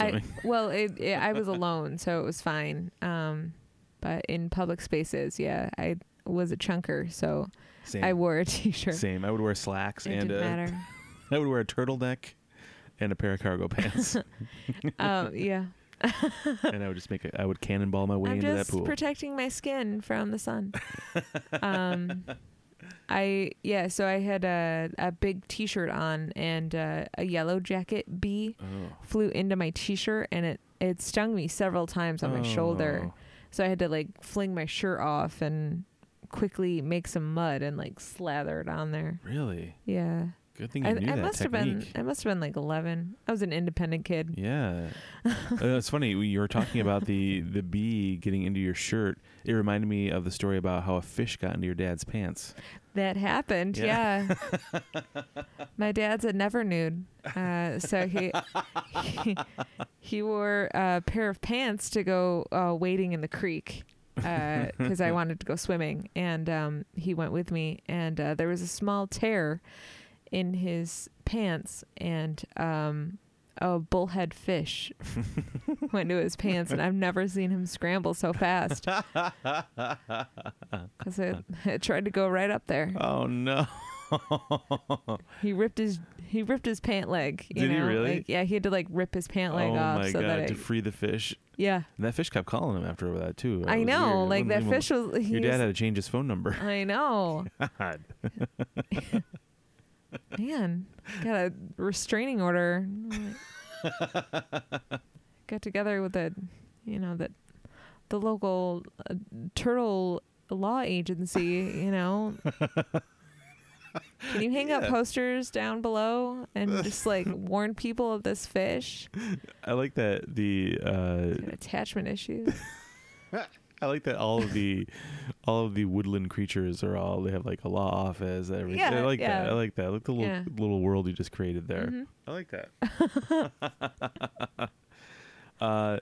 I,
Swimming.
well, it, it, I was alone, so it was fine. Um, but in public spaces, yeah, I was a chunker, so
same.
I wore a T-shirt.
same. I would wear slacks
It
and
didn't
a,
matter.
I would wear a turtleneck and a pair of cargo pants,
um, yeah.
and I would just make a, I would cannonball my way
I'm
into
just
that pool.
protecting my skin from the sun. um, I yeah, so I had a a big T-shirt on and uh, a yellow jacket bee
oh.
flew into my T-shirt and it it stung me several times on my shoulder.
Oh.
So I had to like fling my shirt off and quickly make some mud and like slather it on there.
Really?
Yeah,
Good thing
I,
you
I
knew that
must have
technique.
been I must have been like 11. I was an independent kid.
Yeah, Uh, it's funny. we- You were talking about the the bee getting into your shirt. It reminded me of the story about how a fish got into your dad's pants.
That happened, yeah. My dad's a never nude, uh, so he, he he wore a pair of pants to go uh, wading in the creek because I wanted to go swimming, and um, he went with me. And uh, there was a small tear in his pants, and um, a bullhead fish went into his pants, and I've never seen him scramble so fast because it, it tried to go right up there.
Oh no!
He ripped his he ripped his pant leg. You
Did he
know?
really?
Like, yeah, he had to like rip his pant leg
oh
off
my
so
god!
that it,
to free the fish,
yeah.
and that fish kept calling him after that too. It
I
was
know,
weird. It
like
wouldn't
that
leave him
fish was. He
al- Your
was-
dad had to change his phone number.
I know,
God.
man. Got a restraining order. Got together with the, you know, the, the local uh, turtle law agency. You know. Can you hang up
Yeah.
posters down below and just like warn people of this fish?
Uh, I like that the uh,
Got attachment issues.
I like that all of the all of the woodland creatures are all they have like a law office. Everything. I
Yeah,
like that.
yeah.
I like that. Look the little
Yeah.
little world you just created there.
Mhm.
I like that. uh,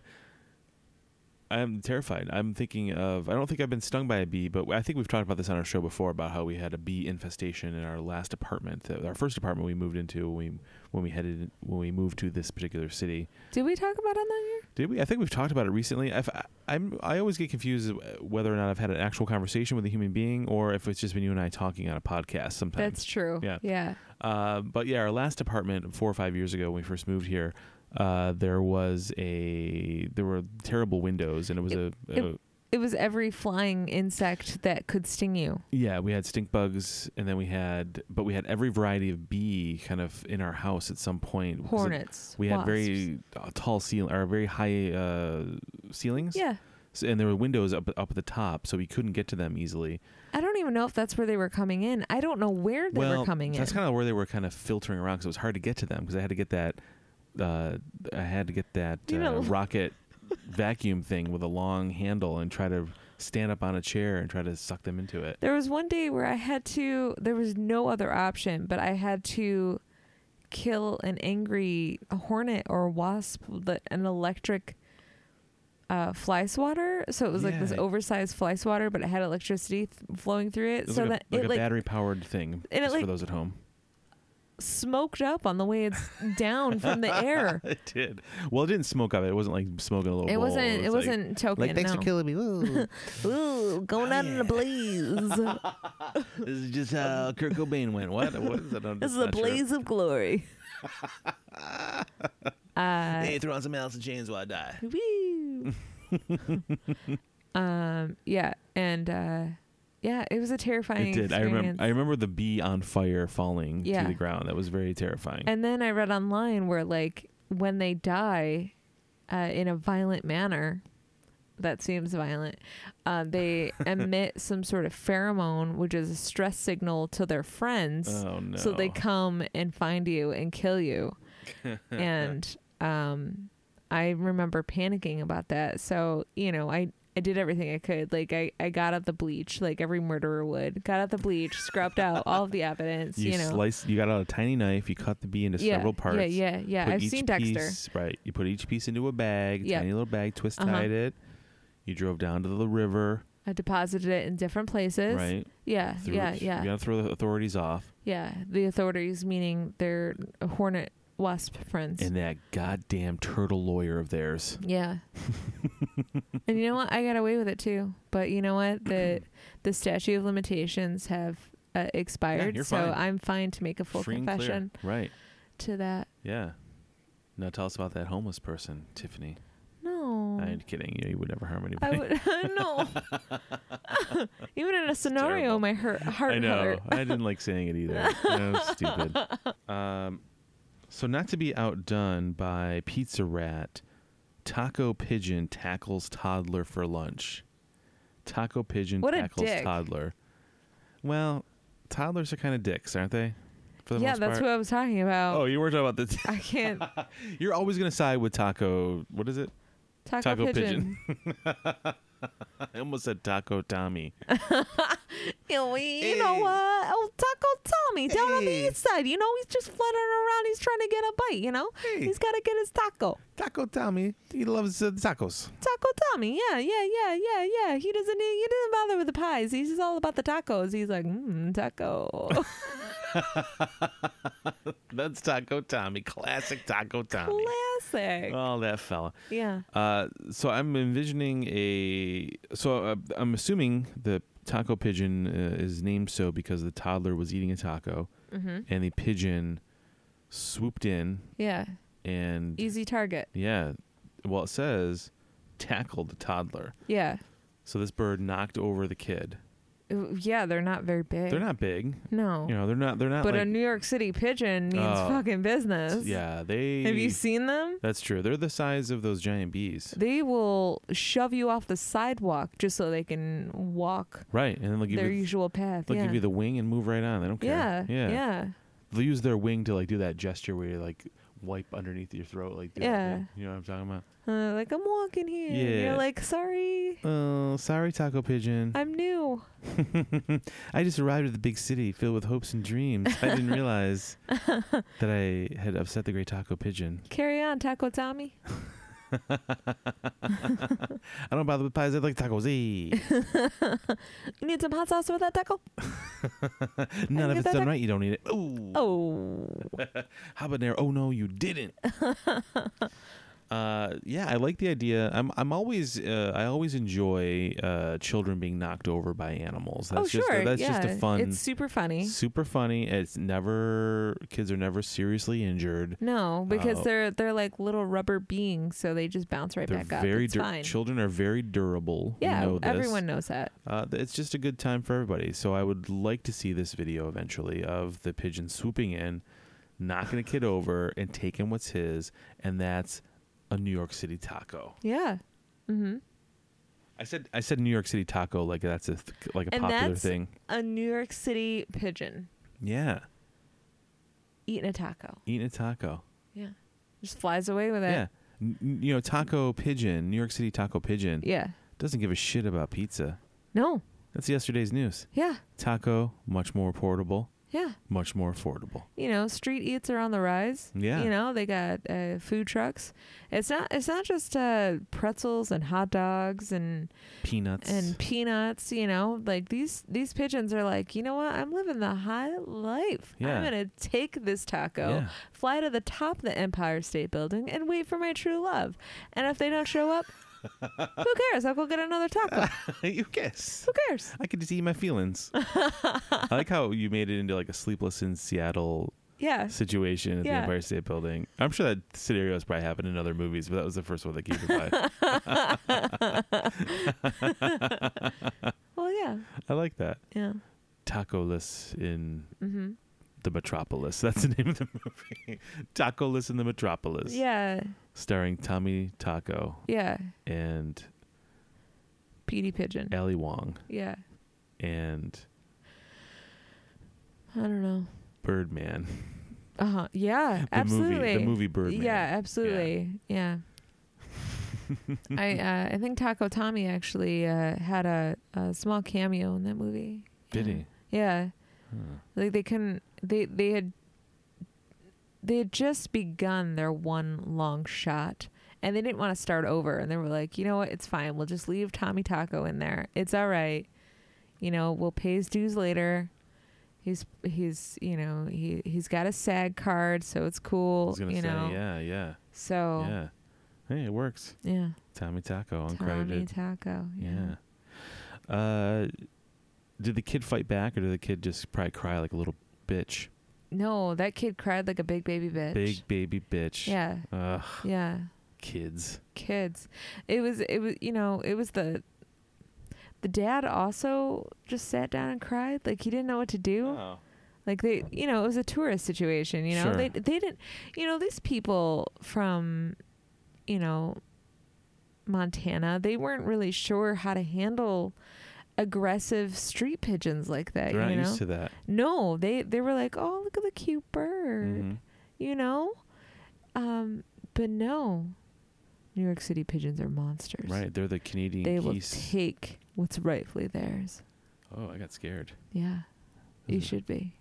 I'm terrified. I'm thinking of. I don't think I've been stung by a bee, but I think we've talked about this on our show before about how we had a bee infestation in our last apartment, that- our first apartment we moved into when we when we headed when we moved to this particular city.
Did we talk about on that year?
Did we? I think we've talked about it recently. I've, I, I'm I always get confused whether or not I've had an actual conversation with a human being or if it's just been you and I talking on a podcast sometimes.
That's true.
Yeah.
Yeah.
Uh, but yeah, our last apartment four or five years ago when we first moved here, uh, there was a there were terrible windows and it was a, a
It was every flying insect that could sting you.
yeah we had stink bugs and then we had but we had every variety of bee kind of in our house at some point. 'Cause it-
Hornets.
We had
wasps.
very uh, tall ceiling or very high uh, ceilings.
Yeah.
S- and there were windows up up at the top, so we couldn't get to them easily.
I don't even know if that's where they were coming in. I don't know where they
well,
were coming in.
that's kind of where they were kind of filtering around because it was hard to get to them because I had to get that uh, I had to get that
You
uh,
know-
rocket vacuum thing with a long handle and try to stand up on a chair and try to suck them into it.
there was one day where I had to there was no other option, but I had to kill an angry hornet or wasp with the- an electric uh, fly swatter. So it was like
Yeah,
this
it-
oversized fly swatter, but it had electricity th- flowing through it.
It was
so
like
that
a, like
it
a
like
battery powered thing
and it,
just
like-
for those at home.
smoked up on the way it's down from the air.
it did. Well, it didn't smoke up. It wasn't like smoking a little.
It
bowl.
wasn't. It,
was like-
wasn't token.
Like, Oh, thanks
no.
for killing me. Ooh.
Ooh, going out in a blaze.
this is just how Kurt Cobain went. What? What is that? I'm
this is
not
a blaze of glory.
Sure.
uh,
Hey, throw on some Alice in Chains while I die.
woo. um. Yeah. And uh, yeah, it was a terrifying.
It did. I
experience.
remember. I remember the bee on fire falling
Yeah.
to the ground. That was very terrifying.
And then I read online where like when they die uh, in a violent manner, that seems violent. Uh, they emit some sort of pheromone, which is a stress signal to their friends,
oh no!
so they come and find you and kill you. and um, I remember panicking about that. So you know, I. I did everything I could. Like I, I got out the bleach, like every murderer would. Got out the bleach, scrubbed out all of the evidence.
you,
You, know,
slice. You got out a tiny knife. You cut the bee into several parts.
yeah, yeah, yeah.
put
I've
each
seen Dexter.
piece- Right. You put each piece into a bag,
Yep.
tiny little bag, twist
Uh-huh.
tied it. You drove down to the river,
I deposited it in different places.
right?
Yeah,
Threw-
yeah,
You
yeah,
gotta throw the authorities off.
yeah. The authorities, meaning their hornet wasp friends.
And that goddamn turtle lawyer of theirs.
yeah. and you know what? I got away with it too. But you know what? The the statute of limitations have uh, expired,
you're
so
fine.
I'm fine to make a full
Free and clear.
confession
Right.
to that.
Yeah. Now tell us about that homeless person, Tiffany.
No.
I'm kidding. You, you would never harm
Mm. I
anybody.
would no. Even in a scenario,
terrible.
my heart heart
I know.
hurt.
I didn't like saying it either. That was stupid. Um, so not to be outdone by Pizza Rat, Taco Pigeon tackles toddler for lunch. Taco Pigeon
What a
tackles
dick.
toddler. Well, toddlers are kind of dicks, aren't they? For the
Yeah,
most
that's
part.
what I was talking about.
Oh, you were talking about the.
I can't
You're always gonna side with Taco. What is it?
Taco,
Taco
pigeon.
pigeon. I almost said Taco Tommy.
You, you know
Hey.
what? Old Taco Tommy down on
Hey.
the east side. You know, he's just fluttering around. He's trying to get a bite, you know?
Hey.
He's got to get his taco.
Taco Tommy. He loves uh, tacos.
Taco Tommy. Yeah, yeah, yeah, yeah, yeah. He doesn't need, he doesn't bother with the pies. He's just all about the tacos. He's like, mmm, taco.
That's Taco Tommy. Classic Taco Tommy.
Classic.
Oh, that fella.
yeah.
Uh, so I'm envisioning a. So uh, I'm assuming the taco pigeon uh, is named so because the toddler was eating a taco
Mm-hmm.
and the pigeon swooped in
Yeah.
and
Easy target.
yeah, well it says tackled the toddler.
Yeah.
So this bird knocked over the kid.
Ooh, Yeah, they're not very big.
They're not big,
No.
you know. They're not. They're not.
Oh. but
like,
a New York City pigeon means
Oh.
fucking business.
yeah, they.
Have you seen them?
That's true. They're the size of those giant bees.
They will shove you off the sidewalk just so they can walk
Right, and then they'll give
their
you.
usual path.
They'll
yeah.
give you the wing and move right on. They don't care.
yeah, yeah,
Yeah. they'll use their wing to like do that gesture where you like wipe underneath your throat like do that
Yeah.
thing. you know what i'm talking about
Uh, like I'm walking here. And
Yeah.
You're like, sorry,
oh sorry taco pigeon
I'm new.
i just arrived at the big city filled with hopes and dreams i didn't realize that i had upset the great taco pigeon
Carry on, Taco Tommy.
i don't bother with pies i like tacos Eh.
You need some hot sauce with that taco?
not
get
if
that
it's done
tac-
right you don't need it Ooh.
Oh,
habanero. Oh no, you didn't. uh, yeah, I like the idea. I'm I'm always uh, I always enjoy uh, children being knocked over by animals. That's
oh,
just
sure.
that's
yeah.
just a fun,
It's super funny.
super funny. It's never kids are never seriously injured.
No, because
Oh.
they're they're like little rubber beings, so they just bounce right
They're
back up.
very
it's
dur-
fine.
children are very durable. We
yeah,
know this.
everyone knows that.
Uh, th- it's just a good time for everybody. So I would like to see this video eventually of the pigeon swooping in, knocking a kid over, and taking what's his, and that's a New York City taco.
Yeah. Mm-hmm.
I said I said New York City taco like that's a th- like a
And
popular
that's-
thing.
A New York City pigeon
Yeah,
eating a taco.
eating a taco.
Yeah. Just flies away with it.
yeah, N- n- you know taco pigeon, New York City taco pigeon
Yeah.
doesn't give a shit about pizza.
No.
That's yesterday's news.
Yeah.
Taco much more portable.
Yeah.
much more affordable.
You know, street eats are on the rise.
Yeah.
You know, they got uh, food trucks. It's not it's not just uh, pretzels and hot dogs and
Peanuts.
and peanuts, you know, like these these pigeons are like, you know what? I'm living the high life.
Yeah.
I'm gonna take this taco,
Yeah.
fly to the top of the Empire State Building, and wait for my true love. And if they don't show up, who cares? I'll go get another taco.
you guess.
who cares?
I could just eat my feelings. I like how you made it into like a sleepless in Seattle
Yeah.
situation at the
Yeah.
Empire State Building. I'm sure that scenario has probably happened in other movies, but that was the first one that came to mind.
Well, yeah,
I like that.
yeah.
Tacoless in
Mm-hmm.
the Metropolis. That's the name of the movie. Tacoless in the Metropolis.
Yeah,
Starring Tommy Taco
yeah.
and
Petey pigeon.
Ali Wong
Yeah.
and
I don't know.
Birdman.
Uh huh. Yeah.
The
absolutely.
movie. The movie Birdman.
Yeah, absolutely. Yeah. I uh, I think Taco Tommy actually uh, had a, a small cameo in that movie.
Did
yeah.
he?
Yeah.
Huh.
Like they couldn't they they had they had just begun their one long shot and they didn't want to start over and they were like, "You know what? It's fine. We'll just leave Tommy Taco in there. It's all right. You know, we'll pay his dues later." He's he's you know he he's got a SAG card so it's
I
cool
was gonna
you
say,
know
yeah, yeah,
so
yeah. Hey, it works.
yeah.
Tommy Taco,
Tommy
uncredited.
Taco.
yeah. Uh, did the kid fight back, or did the kid just probably cry like a little bitch,
No, that kid cried like a big baby bitch.
big baby bitch?
Yeah.
Ugh,
Yeah.
kids.
Kids. It was it was you know, it was the the dad also just sat down and cried. Like he didn't know what to do.
Oh.
Like they you know, it was a tourist situation, you know.
Sure.
They they didn't you know, these people from you know Montana, they weren't really sure how to handle aggressive street pigeons like that,
They're not
you know.
used to that.
No, they they were like, "Oh, look at the cute bird,"
Mhm.
you know. Um, but no, New York City pigeons are monsters.
Right, they're the Canadian
They will
geese.
take what's rightfully theirs.
oh, I got scared.
Yeah, you
Mhm.
should be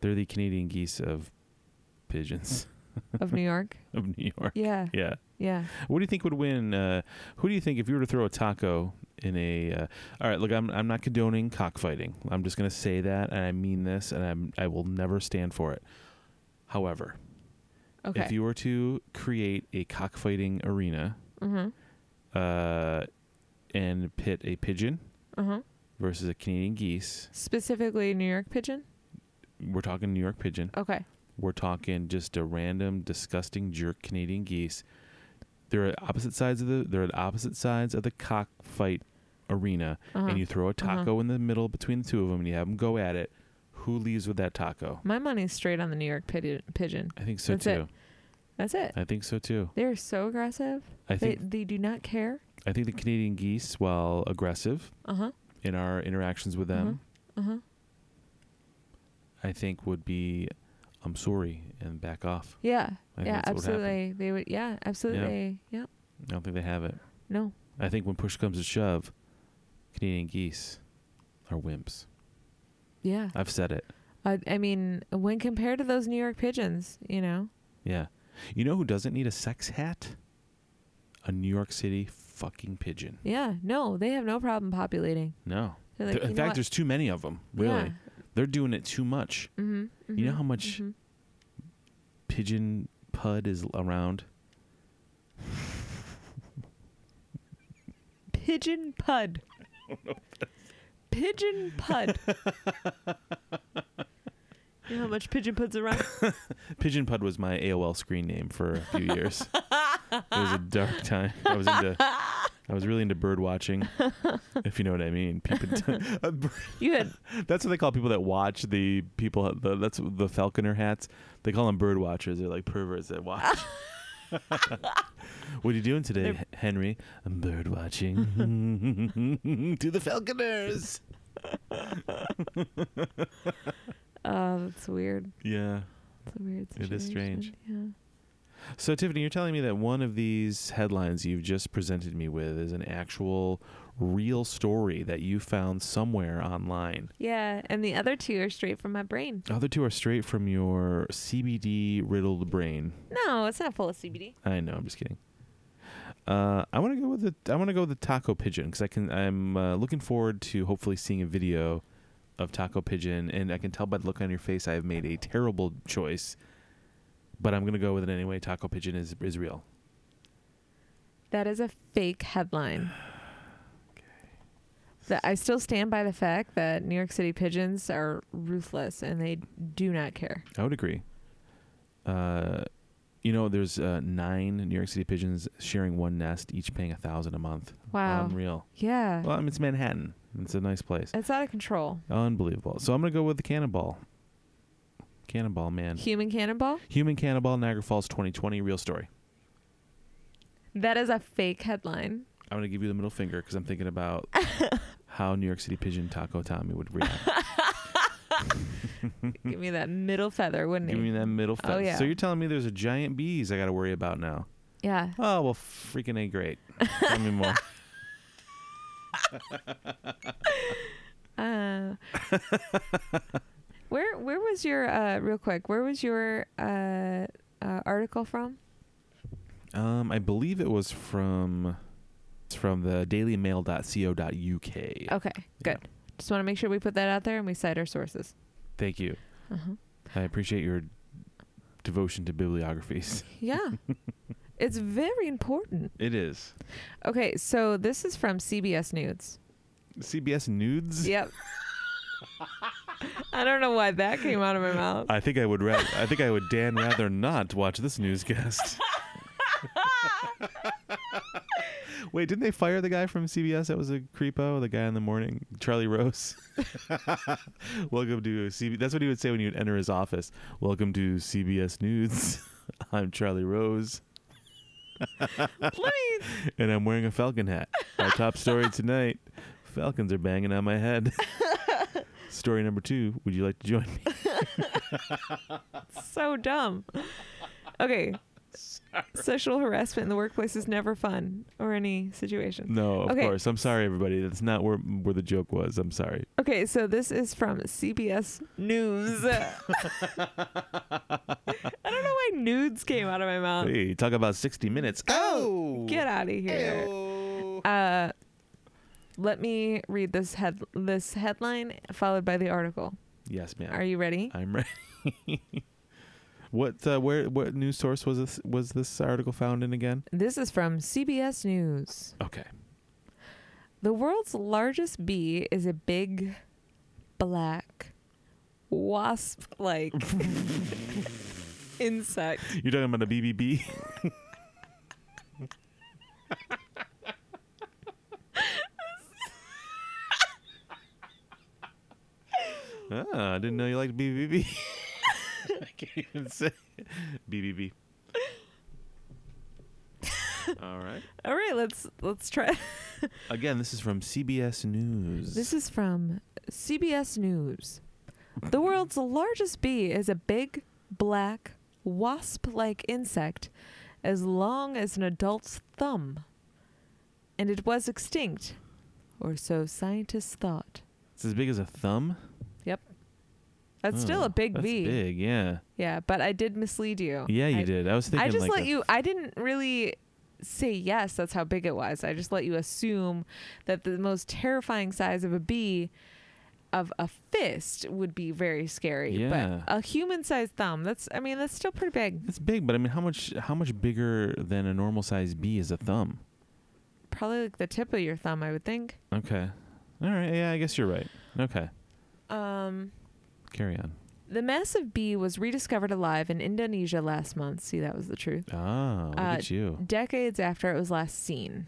They're the Canadian geese of pigeons
of New York.
of New York.
Yeah,
Yeah.
yeah.
What do you think would win? Uh, who do you think if you were to throw a taco in a? Uh, all right, look, I'm I'm not condoning cockfighting. I'm just going to say that, and I mean this, and I'm I will never stand for it. However,
Okay.
if you were to create a cockfighting arena
mm-hmm.
uh, and pit a pigeon
Uh huh.
versus a Canadian geese,
Specifically, New York pigeon.
we're talking New York pigeon.
Okay.
We're talking just a random, disgusting jerk Canadian geese. They're at opposite sides of the. They're at opposite sides of the cockfight arena.
Uh-huh.
and you throw a taco in the middle between the two of them and you have them go at it, who leaves with that taco?
My money's straight on the New York pid- pigeon.
I think so
That's
too.
That's it.
I think so too.
They're so aggressive.
I
They
think
they do not care.
I think the Canadian geese, while aggressive
Uh huh.
in our interactions with them,
Uh huh.
I think would be, I'm sorry and back off.
Yeah.
I
yeah,
think that's what would happen.
absolutely. They would. Yeah, absolutely. Yeah.
I don't think they have it.
No.
I think when push comes to shove, Canadian geese are wimps.
Yeah.
I've said it.
I, I mean, when compared to those New York pigeons, you know.
Yeah. You know who doesn't need a sex hat? A New York City fucking pigeon.
Yeah. No, they have no problem populating.
No.
They're like,
There- in
you know
fact,
what?
there's too many of them. Really, they're doing it too much.
Yeah. hmm
You know how much
Mhm.
pigeon pud is around?
Pigeon pud. Pigeon pud. you know how much pigeon pud's around?
Pigeon pud was my AOL screen name for a few years. it was a dark time. I was into. I was really into bird watching, if you know what I mean. People,
You had
that's what they call people that watch the people. The, that's the falconer hats. They call them bird watchers. They're like perverts that watch. what are you doing today,
They're-
H- Henry? I'm bird watching to the falconers.
oh, that's weird.
Yeah.
That's a weird
It
situation.
is strange.
Yeah.
So, Tiffany, you're telling me that one of these headlines you've just presented me with is an actual real story that you found somewhere online.
Yeah, and the other two are straight from my brain.
The other two are straight from your CBD riddled brain.
No, it's not full of CBD.
I know. I'm just kidding. Uh, I want to go with the I want to go with the taco pigeon because I can I'm uh, looking forward to hopefully seeing a video of taco pigeon and I can tell by the look on your face I have made a terrible choice, but I'm gonna go with it anyway. Taco pigeon is is real.
That is a fake headline. That I still stand by the fact that New York City pigeons are ruthless and they do not care.
I would agree. Uh, you know, there's uh, nine New York City pigeons sharing one nest, each paying a thousand a month.
Wow.
Unreal.
yeah.
Well, I mean, it's Manhattan. It's a nice place.
it's out of control.
Unbelievable. So I'm gonna go with the cannonball. Cannonball man.
Human cannonball?
Human cannonball, Niagara Falls, 2020, real story.
That is a fake headline.
I'm gonna give you the middle finger because I'm thinking about how New York City pigeon Taco Tommy would react.
Give me that middle feather, wouldn't
Hmm. give
it?
me that middle
Oh,
finger.
yeah.
So you're telling me there's a giant bees I got to worry about now?
yeah.
Oh well, freaking a great. Tell me more.
Uh, where where was your uh, real quick? Where was your uh, uh, article from?
Um, I believe it was from it's from the dailymail.co.uk.
Okay, good. Just want to make sure we put that out there and we cite our sources.
Thank you.
Uh-huh.
I appreciate your devotion to bibliographies.
Yeah, it's very important.
It is.
Okay, so this is from CBS News.
CBS nudes?
Yep. I don't know why that came out of my mouth.
I think I would. Ra- I think I would. Dan rather not watch this newscast. Wait, didn't they fire the guy from CBS that was a creepo? The guy in the morning, Charlie Rose. Welcome to CBS. That's what he would say when you'd enter his office. Welcome to CBS News. I'm Charlie Rose,
Let me
and I'm wearing a Falcon hat. Our top story tonight: Falcons are banging on my head. story number two: Would you like to join me?
so dumb. Okay. Sexual harassment in the workplace is never fun or any situation.
No, of
Okay.
course. I'm sorry, everybody. That's not where where the joke was. I'm sorry.
Okay, so this is from CBS News. I don't know why nudes came out of my mouth.
Hey, talk about 60 minutes. Oh,
Um, Get out of here. Uh, let me read this head this headline followed by the article.
Yes, ma'am.
Are you ready?
I'm ready. what uh, where what news source was this was this article found in again?
This is from CBS News.
Okay.
The world's largest bee is a big black wasp like insect.
You're talking about a BBB? ah, I didn't know you liked BBB. I can't even say it. BBB. All right.
All right, let's let's try.
Again, this is from CBS News.
This is from CBS News. The world's largest bee is a big black wasp-like insect as long as an adult's thumb. And it was extinct, or so scientists thought.
it's as big as a thumb.
That's still
Oh,
a big
that's
bee.
Big, yeah.
Yeah, but I did mislead you.
Yeah, you
I,
did. I was thinking.
I just
like
let
a-
you. I didn't really say yes. That's how big it was. I just let you assume that the most terrifying size of a bee, of a fist, would be very scary.
Yeah.
But a human-sized thumb. That's. I mean, that's still pretty big.
It's big, but I mean, how much how much bigger than a normal sized bee is a thumb?
Probably like the tip of your thumb, I would think.
Okay. All right. Yeah, I guess you're right. Okay.
Um.
Carry on.
The massive bee was rediscovered alive in Indonesia last month. See, that was the truth.
Oh, look
Uh,
at you.
decades after it was last seen.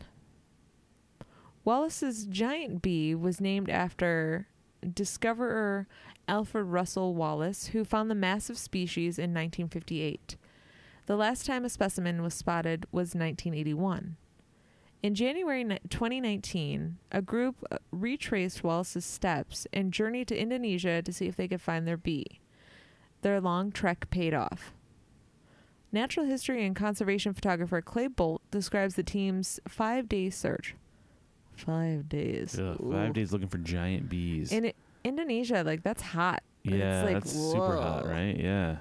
Wallace's giant bee was named after discoverer Alfred Russel Wallace, who found the massive species in 1958. The last time a specimen was spotted was 1981. In January ni- 2019, a group uh, retraced Wallace's steps and journeyed to Indonesia to see if they could find their bee. Their long trek paid off. Natural history and conservation photographer Clay Bolt describes the team's five day search. Five days.
Ugh,
Ooh.
five days looking for giant bees.
In Indonesia, like that's hot. It's
yeah,
like,
that's super hot,
whoa.
right? Yeah.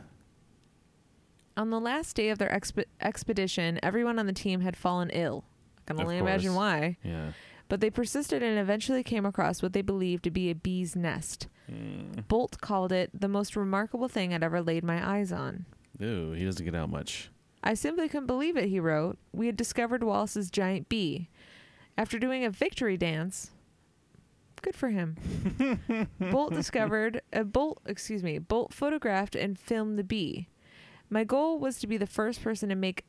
On the last day of their exp- expedition, everyone on the team had fallen ill. I can
Of
only imagine
course.
why.
Yeah.
But they persisted and eventually came across what they believed to be a bee's nest. Bolt called it the most remarkable thing I'd ever laid my eyes on.
Ooh, he doesn't get out much.
I simply couldn't believe it, he wrote. We had discovered Wallace's giant bee. After doing a victory dance, good for him. Bolt discovered a Bolt, excuse me, Bolt photographed and filmed the bee. My goal was to be the first person to make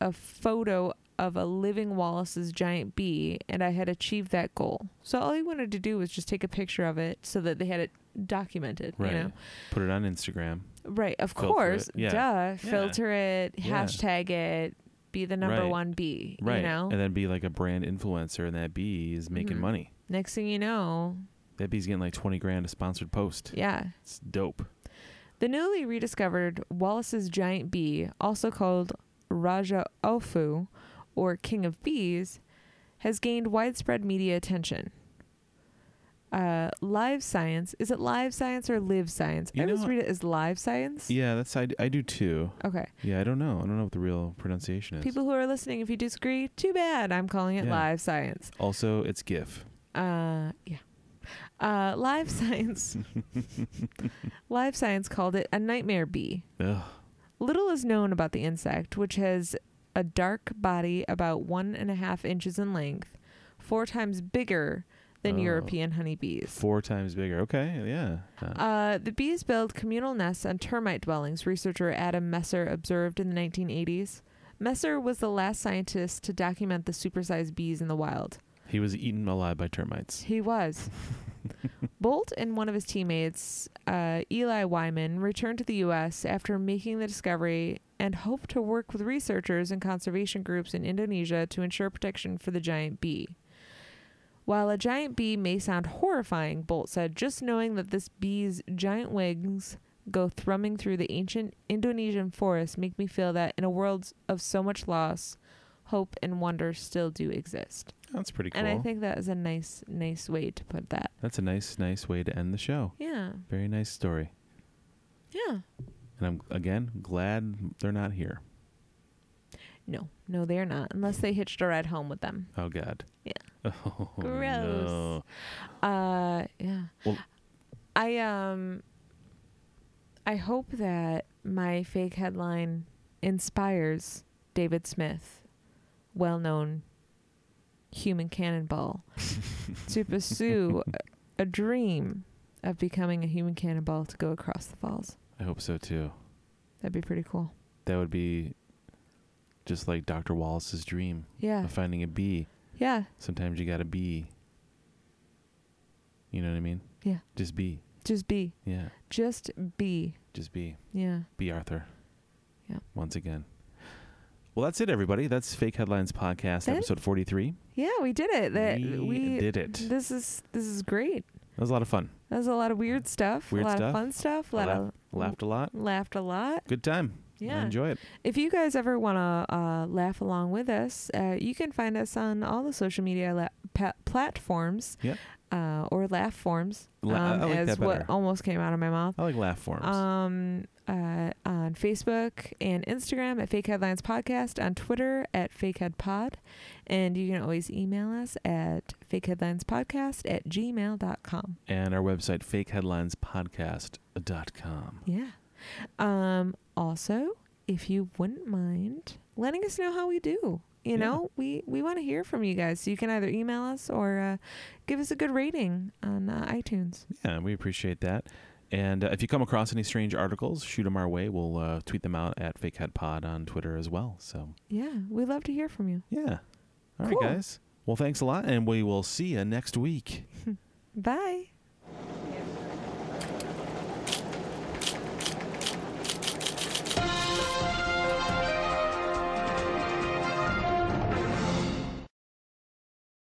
a photo of a living Wallace's giant bee, and I had achieved that goal. So all he wanted to do was just take a picture of it so that they had it documented,
Right.
you know?
Put it on Instagram.
Right, of
Filter
course.
it, yeah.
Duh. Filter it,
Yeah.
hashtag it, be the number
Right.
one bee.
Right.
You know?
And then be like a brand influencer and that bee is making
Mhm.
money.
Next thing you know,
That bee's getting like twenty grand a sponsored post.
yeah.
It's dope.
The newly rediscovered Wallace's giant bee, also called Raja Ofu or King of Bees, has gained widespread media attention. Uh, live science. Is it live science or live science?
You
I always
know-
read it as live science.
Yeah, that's I, d- I do too.
Okay.
Yeah, I don't know. I don't know what the real pronunciation is.
People who are listening, if you disagree, too bad. I'm calling it
Yeah.
live science.
also, it's GIF.
Uh, yeah. Uh, live science. live science called it a nightmare bee.
Ugh.
Little is known about the insect, which has a dark body about one and a half inches in length, four times bigger than
Oh.
European honeybees.
Four times bigger. Okay. Yeah. Uh,
Uh, the bees build communal nests on termite dwellings, researcher Adam Messer observed in the 1980s. Messer was the last scientist to document the supersized bees in the wild.
he was eaten alive by termites.
He was. Bolt and one of his teammates, uh, Eli Wyman, returned to the U.S. after making the discovery and hoped to work with researchers and conservation groups in Indonesia to ensure protection for the giant bee. While a giant bee may sound horrifying, Bolt said, just knowing that this bee's giant wings go thrumming through the ancient Indonesian forests make me feel that in a world of so much loss, hope and wonder still do exist.
That's pretty cool.
And I think that is a nice, nice way to put that.
that's a nice, nice way to end the show.
Yeah.
Very nice story.
Yeah.
And I'm again glad they're not here.
No, no, they're not, unless they hitched a ride home with them.
Oh God.
Yeah.
Oh,
Gross.
no.
Uh, yeah.
Well-
I um. I hope that my fake headline inspires David Smith, well-known human cannonball, to pursue a, a dream of becoming a human cannonball to go across the falls.
I hope so too.
That'd be pretty cool.
That would be just like Dr. Wallace's dream
Yeah.
of finding a bee.
Yeah.
Sometimes you got to be. You know what I mean?
Yeah.
Just be.
Just be.
Yeah.
Just be.
Just be.
Yeah.
Be Arthur.
Yeah.
Once again. Well, that's it, everybody. That's Fake Headlines Podcast,
That-
episode 43.
Yeah, we did it. That
we,
we,
did it. That
This is this is great.
was a lot of fun.
That was a lot of weird stuff.
Weird
a lot
stuff.
of fun stuff. A
I
lot
laugh-
of
Laughed a lot.
laughed a lot.
Good time. I
Yeah.
enjoy it.
If you guys ever want to uh, laugh along with us, uh, you can find us on all the social media la- pa- platforms.
Yep.
Uh, or laugh forms. um,
La- I- I like
as
that
what
better.
almost came out of my mouth.
I like laugh forms.
Um, uh, on Facebook and Instagram at Fake Headlines Podcast, on Twitter at Fakehead Pod, and you can always email us at fakeheadlinespodcast at gmail.com.
and our website, fakeheadlinespodcast.com.
Yeah. Um, also, if you wouldn't mind letting us know how we do. You know, we, we want to hear from you guys. So you can either email us or uh, give us a good rating on uh, iTunes.
Yeah, we appreciate that. And uh, if you come across any strange articles, shoot them our way. We'll uh, tweet them out at FakeHeadPod on Twitter as well. So,
Yeah, we love to hear from you.
yeah. all right,
Cool.
guys. Well, thanks a lot, and we will see you next week.
Bye.